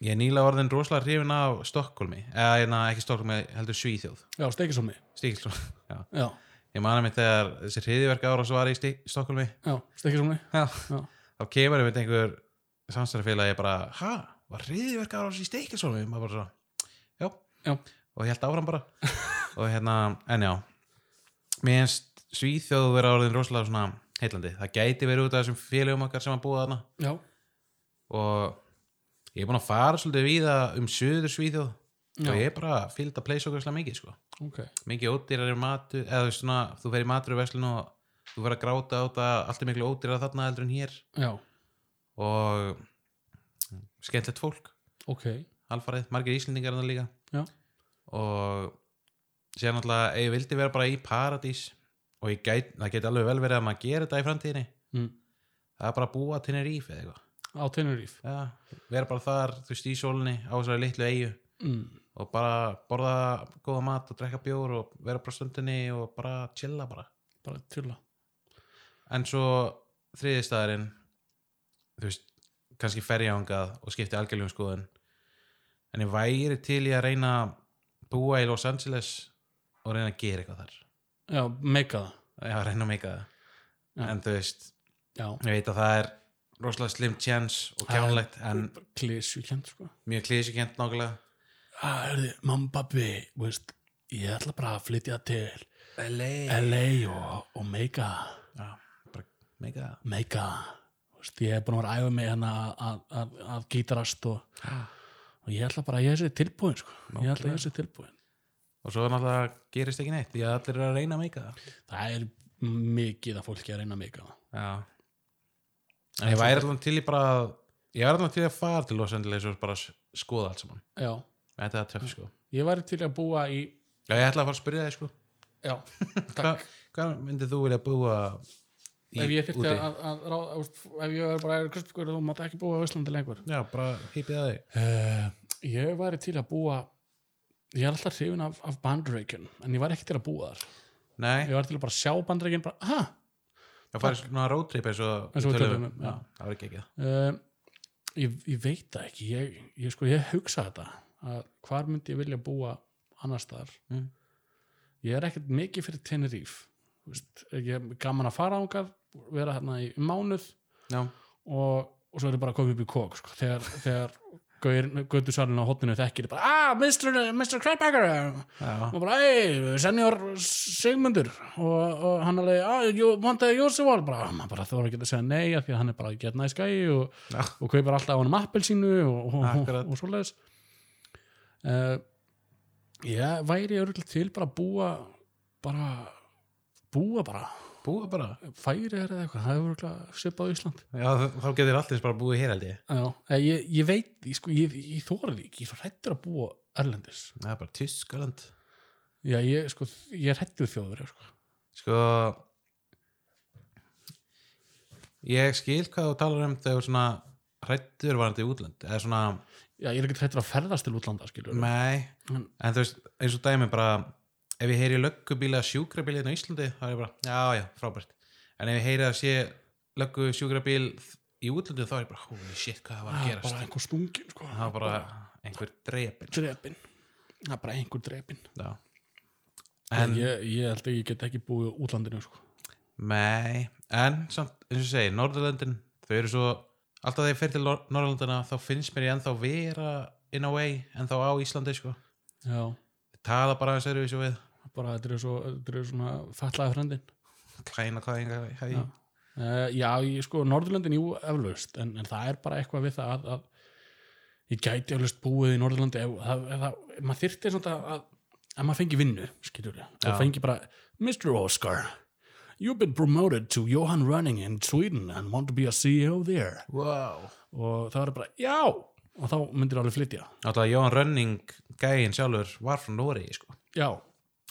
B: Ég er nýlega orðin rosalega hrifin af Stokkólmi eða hérna, ekki Stokkólmi, heldur Svíþjóð
A: Já, steikisómi
B: Stíkilsson, já
A: Já,
B: Ég mani mig þegar þessi hriðiverka ára svo var í Stí- Stokkólmi
A: já, steikisómi
B: Já.
A: Já.
B: þá kemur einmitt einhver samstæðarfélagi bara, ha, var hriðiverka árás í steikilsómi, maður bara svo já,
A: Já.
B: og ég held áfram bara og hérna, en já mér finnst Svíþjóð vera orðin rosalega svona heillandi, það gæti verið út af þessum félögum okkar sem að búa þarna
A: Já,
B: og ég er búin að fara svolítið víða um söður Svíþjóð
A: Já.
B: og ég er bara fylgd að pleysa okkar slega mikið sko
A: ok
B: mikið ódýrari matur eða þú veist svona, þú fer í matur í veslun og þú verður að gráta á þetta allt er miklu ódýrara þarna heldur en hér
A: Já,
B: og skemmtilegt fólk
A: ok
B: alfarið, margir íslendingar þarna líka
A: Já.
B: og sér náttúrulega, ef ég vildi vera bara í paradís og ég gæt, það geti alveg vel verið að maður gera þetta í framtíðinni
A: Mm.
B: það er bara að búa Tenerife eða
A: Á
B: eitthvað
A: Teneríf
B: ja, vera bara þar, þú veist, í sólinni á þessari litlu eigu
A: mm.
B: og bara borða góða mat og drekka bjór og vera bara á stundinni og bara chilla bara
A: Bara trilla
B: en svo þriði staðarinn þú veist, kannski fer ég ángað og skipti algjörljum skoðun en ég væri til í að reyna að búa í Los Angeles og reyna að gera eitthvað þar
A: Já, meika það
B: já, reyna að meika það
A: Já.
B: en þú veist,
A: Já,
B: ég veit að það er rosalega slim chance og kjánlegt en
A: klísu kjent sko
B: mjög klísikent nákvæmlega
A: Það er þið, mamma, babbi, veist Ég ætla bara að flytja til
B: LA,
A: LA og, og meika það
B: Já, bara meika það
A: meika Þú veist, ég hef búin að vera að æfa mig hérna að- að- að að gítarast og, og ég ætla bara að ég sé tilbúin sko. ég ætla að ég sé tilbúin
B: og svo náttúrulega gerist ekki neitt því að allir eru að reyna að meika það
A: það er mikið að fólki að reyna að meika það.
B: Já En ég væri allan til í bara að- Ég væri allan til í að fara til Los Angeles og bara s- skoða allt saman
A: já,
B: Þetta er töff sko
A: ég væri til að búa í
B: Já, ég ætla að fara að spyrja þig sko
A: já,
B: Hva,
A: takk
B: Hvað myndir þú vilja búa í,
A: ef ég þyrfti
B: úti?
A: að, að ráða úst, ef ég væri bara að kristbyggur þú mátt ekki búa á Íslandi lengur
B: Já, bara hýpið að þig
A: uh, ég væri til að búa ég er alltaf hrifin af, af bandreikin en ég væri ekki til að búa þar
B: Nei,
A: ég væri til að bara sjá bandreikin bara, aha,
B: það farið svona roadtrip eins og
A: Eins og
B: við
A: við
B: tölum
A: tölum um,
B: um.
A: já.
B: Já, það var ekki ekki
A: Um, ég, ég veit það ekki ég, ég, sko, ég hugsa þetta að hvar myndi ég vilja búa annars staðar
B: Mm.
A: ég er ekkert mikið fyrir Teneríf veist, ég er gaman að fara ángað vera hérna í mánuð
B: það Já,
A: og, og svo er ég bara að koma upp í kók sko, þegar, þegar gautusalinn á hotninu þekkir ég bara, ah, Mr. Mr. Kreitbacker
B: já,
A: og bara, ei, senior Sigmundur og, og hann alveg, ah, you want a usual bara, maður bara þóra ekki að segja nei af því að hann er bara að geta næst gæi og,
B: Já.
A: og kaupir alltaf á hann appelsínu og, og, og,
B: Akkurat.
A: og svoleiðis uh, ég væri örugglega til bara að búa bara búa bara,
B: búa bara
A: færi eða eitthvað það er örugglega svipað á Ísland
B: Já, þá- þá getur allir bara búið hér held ég
A: Já, eh, ég, ég veit, ég, sko, ég, ég þóra því ekki, ég er hrættur að búa Erlendis
B: Það er bara Tyskaland
A: Já, ég, sko, ég er hrættur þjóður sko.
B: Sko Ég skil hvað þú talar um þegar þú svona hrættur varandi útlönd eða svona,
A: Já, ég er ekkert hrættur að ferðast til útlanda, skilur
B: nei
A: En-
B: en þú veist, eins og dæmi bara ef ég heyri löggubíla sjúkrabíl hérna á Íslandi þá er ég bara, já, já, frábært en ef ég heyri að sé löggu sjúkrabíl í útlöndum þá er ég bara, holy shit, hvað það var að
A: það er
B: gerast
A: Ah, bara einhver stungin sko.
B: það var bara einhver drepin
A: drepin það er bara einhver drepin
B: já.
A: en
B: en,
A: ég, ég held að ég get ekki búið á útlandinu sko.
B: nei, en samt, eins og ég segi, Norðurlöndin þau eru svo, alltaf þegar ég fer til Nor- Norðurlöndina þá finnst mér ég ennþá vera in a way, ennþá á Íslandi sko.
A: já,
B: tala bara eins og eru við
A: bara þetta er svo þetta er svona fallaði frendin
B: klæna klæðinga hæ,
A: Já. uh, já, ég, sko, Norðurlöndin, jú, eflaust en, en það er bara eitthvað við það að, að ég gæti eflaust búið í Norðurlandi ef, ef, ef, ef, ef maður þyrfti svona að, að, að maður fengi vinnu, skilur við
B: Já.
A: og fengi bara, Mr. Oscar You've been promoted to Johan Running in Sweden and want to be a CEO there.
B: wow
A: og það var bara, já og þá myndir alveg flytja,
B: Náttúrulega Jón Rönning gæin sjálfur var frá Nóri sko.
A: já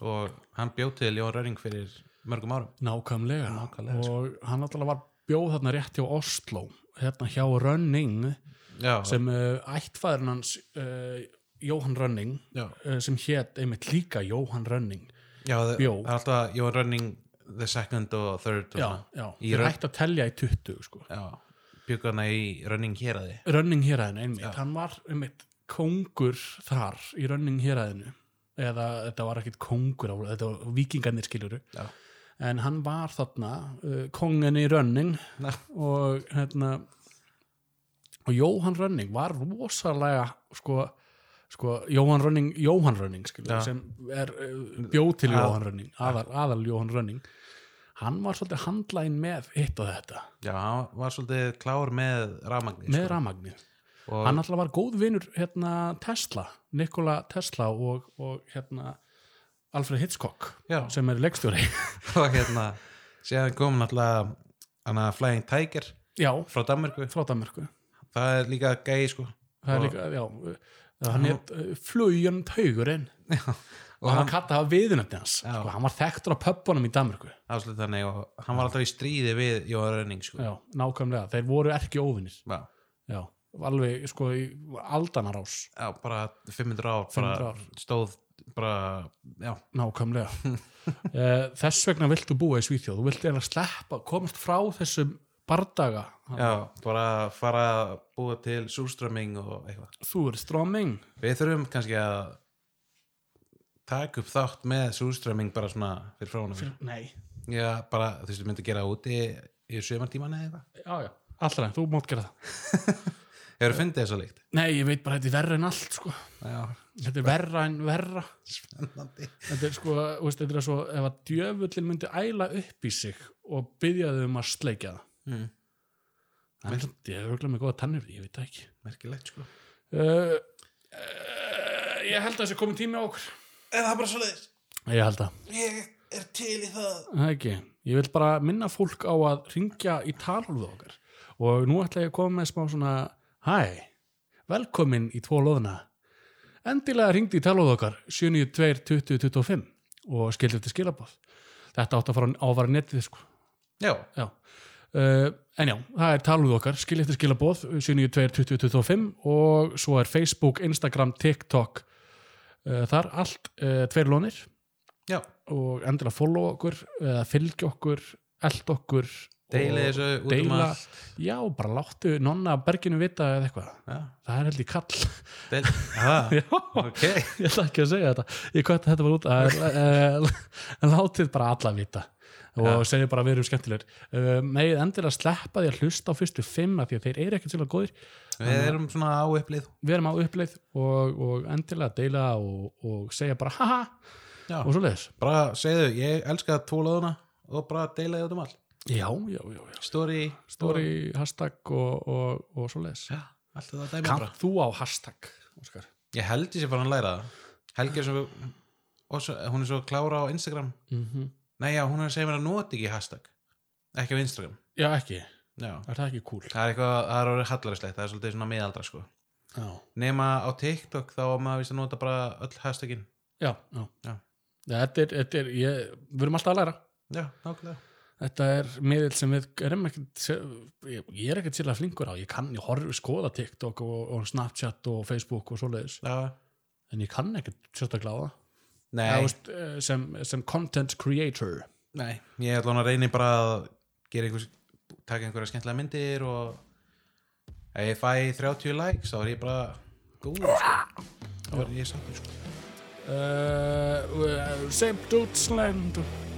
B: og hann bjóð til Jón Rönning fyrir mörgum árum
A: nákvæmlega,
B: Nákvæmlega, sko.
A: og hann alltaf var bjóð þarna rétt hjá Oslo hérna hjá Running
B: já,
A: sem uh, ættfæðurinn hans uh, Jóhann Rönning
B: já,
A: uh, sem hét einmitt líka Jóhann Rönning
B: já, það
A: Bjó.
B: það er alltaf You're running the second og third og
A: já, já,
B: Í
A: þeir
B: rödd-
A: ættu að telja í 20 sko.
B: já bjögana í running héraði
A: Rönning héræðinu einmitt,
B: Já.
A: hann var einmitt kóngur þar í Rönning héræðinu eða þetta var ekkit kóngur á, þetta var vikingarnir skiljuru
B: Já.
A: en hann var þarna uh, kongen í Rönning
B: Já.
A: og hérna og Jóhann Rönning var rosalega sko, sko Jóhann Rönning, Jóhann Rönning skiljum,
B: Já.
A: sem er uh, bjóð til
B: Að-
A: Jóhann Rönning aðal, aðal Jóhann Rönning hann var svolítið handlægin með hitt og þetta,
B: já, hann var svolítið klár með rafmagni
A: með ramagnir
B: sko. og
A: hann alltaf var góð vinur hérna, Tesla, Nikola Tesla og, og hérna Alfred Hitchcock
B: Já.
A: sem er leikstjóri
B: og hérna síðan kom náttúrulega hann að Flying Tiger
A: já,
B: frá Danmarku
A: frá Danmarku
B: það er líka gæi sko
A: það er
B: Og-
A: líka, já uh, hann hétt flugjönd haugurinn og hann var kattað af viðunöfni hans
B: Já.
A: sko, hann var þekktur á pöppunum í Danmarku
B: afslut þannig og hann var alltaf í stríði við Jóa Rönning sko
A: já, nákvæmlega, þeir voru ekki óvinnir
B: já,
A: já, alveg sko í aldanarás
B: já, bara 500 ár,
A: 500
B: bara
A: ár.
B: stóð bara, já,
A: nákvæmlega Eh, þess vegna viltu búa í Svíþjóð þú vilt eiginlega sleppa, komast frá þessum bardaga
B: já, bara fara að búa til súströmming og eitthvað
A: þú er stróming
B: við þurfum kannski að taka upp þátt með súströmming bara svona fyrir frá honum
A: Nei,
B: já, bara, þú veist, við myndum gera úti í sömartíman eða eitthvað
A: já, já, allra, þú mátt gera það
B: hefur fundið þess að líkt
A: Nei, ég veit bara, þetta er verra en allt, sko
B: já,
A: Þetta er verra en verra
B: spennandi
A: Þetta er sko, þú veist, þetta er svo ef að djöfullin myndi æla upp í sig og byggja þau um að sleikja það
B: mm,
A: Það er svolítið, ég hugla með góða tannir, ég veit það ekki
B: merkilegt sko
A: uh, uh, Ég held að þessi komið tími á okkur
B: er það bara svoleiðis,
A: Ég held að,
B: ég er til í það
A: það er ekki Ég vil bara minna fólk á að ringja í talhólfið okkar og nú ætla ég að koma með smá svona Hæ, velkomin í tvo loðna Endilega ringdi í talhólfið okkar 792 2025 og skildi eftir skilabóð Þetta átt að fara á að vara netið sko
B: já,
A: Já. Uh, en já, það er talhólfið okkar skildi eftir skilabóð 792 2025 og svo er Facebook, Instagram, TikTok uh, þar allt uh, tveir lónir
B: já,
A: og endilega follow okkur eða fylgja okkur, eld okkur
B: deilið þessu
A: og
B: út um
A: deila,
B: allt
A: já, bara láttu nonna af berginu vita eða eitthvað
B: já,
A: það er held í kall
B: deil, aha,
A: já,
B: ok
A: ég ætla ekki að segja þetta ég kvötta þetta bara út að, uh, látið bara alla vita og ja.
B: Já.
A: segja bara að við erum skemmtilegir uh, megið endilega sleppa því að hlusta á fyrstu fimm af því að þeir eru ekkert sérlega góðir
B: við erum svona á upplið
A: við erum á uppleið og, og endilega deila og, og segja bara haha
B: Já.
A: og svo leiðis
B: bara segðu, ég elska tólaðuna og bara deila þið út um allt
A: já, já, já, já
B: story,
A: story, hashtag og, og, og svo leiðis
B: já, allt þetta dæmi
A: Kann
B: bara
A: þú á hashtag, Óskar?
B: ég held ég sé bara að læra það Helgi er svo, og svo hún er svo klára á Instagram
A: Mm
B: nei já, hún er að segja mér að nota ekki hashtag ekki á Instagram
A: Já, ekki.
B: já.
A: Er það ekki cool?
B: það er eitthvað, það er orðið hallarislegt það er svolítið svona miðaldra sko
A: Já.
B: nema á TikTok þá á maður víst að nota bara öll hashtagin
A: Já, já.
B: Já.
A: Þetta er, þetta er, ég, við erum alltaf að læra.
B: já, nákvæmlega
A: Þetta er miðil sem við erum ekkert, ég ég er ekkert sérlega flinkur á. Ég kann, ég horfi skoða TikTok og, og Snapchat og Facebook og svoleiðis.
B: já.
A: En ég kann ekkert sérstaklega á það.
B: nei,
A: Það, veist, eh, sem, sem content creator.
B: nei, ég ætla hún að reyni bara að gera einhvers taka einhverja skemmtilega myndir og ef ég fæ 30 likes þá er ég bara góður sko. þá er ég sáttur sko.
A: Eh, Uh, same dudes land.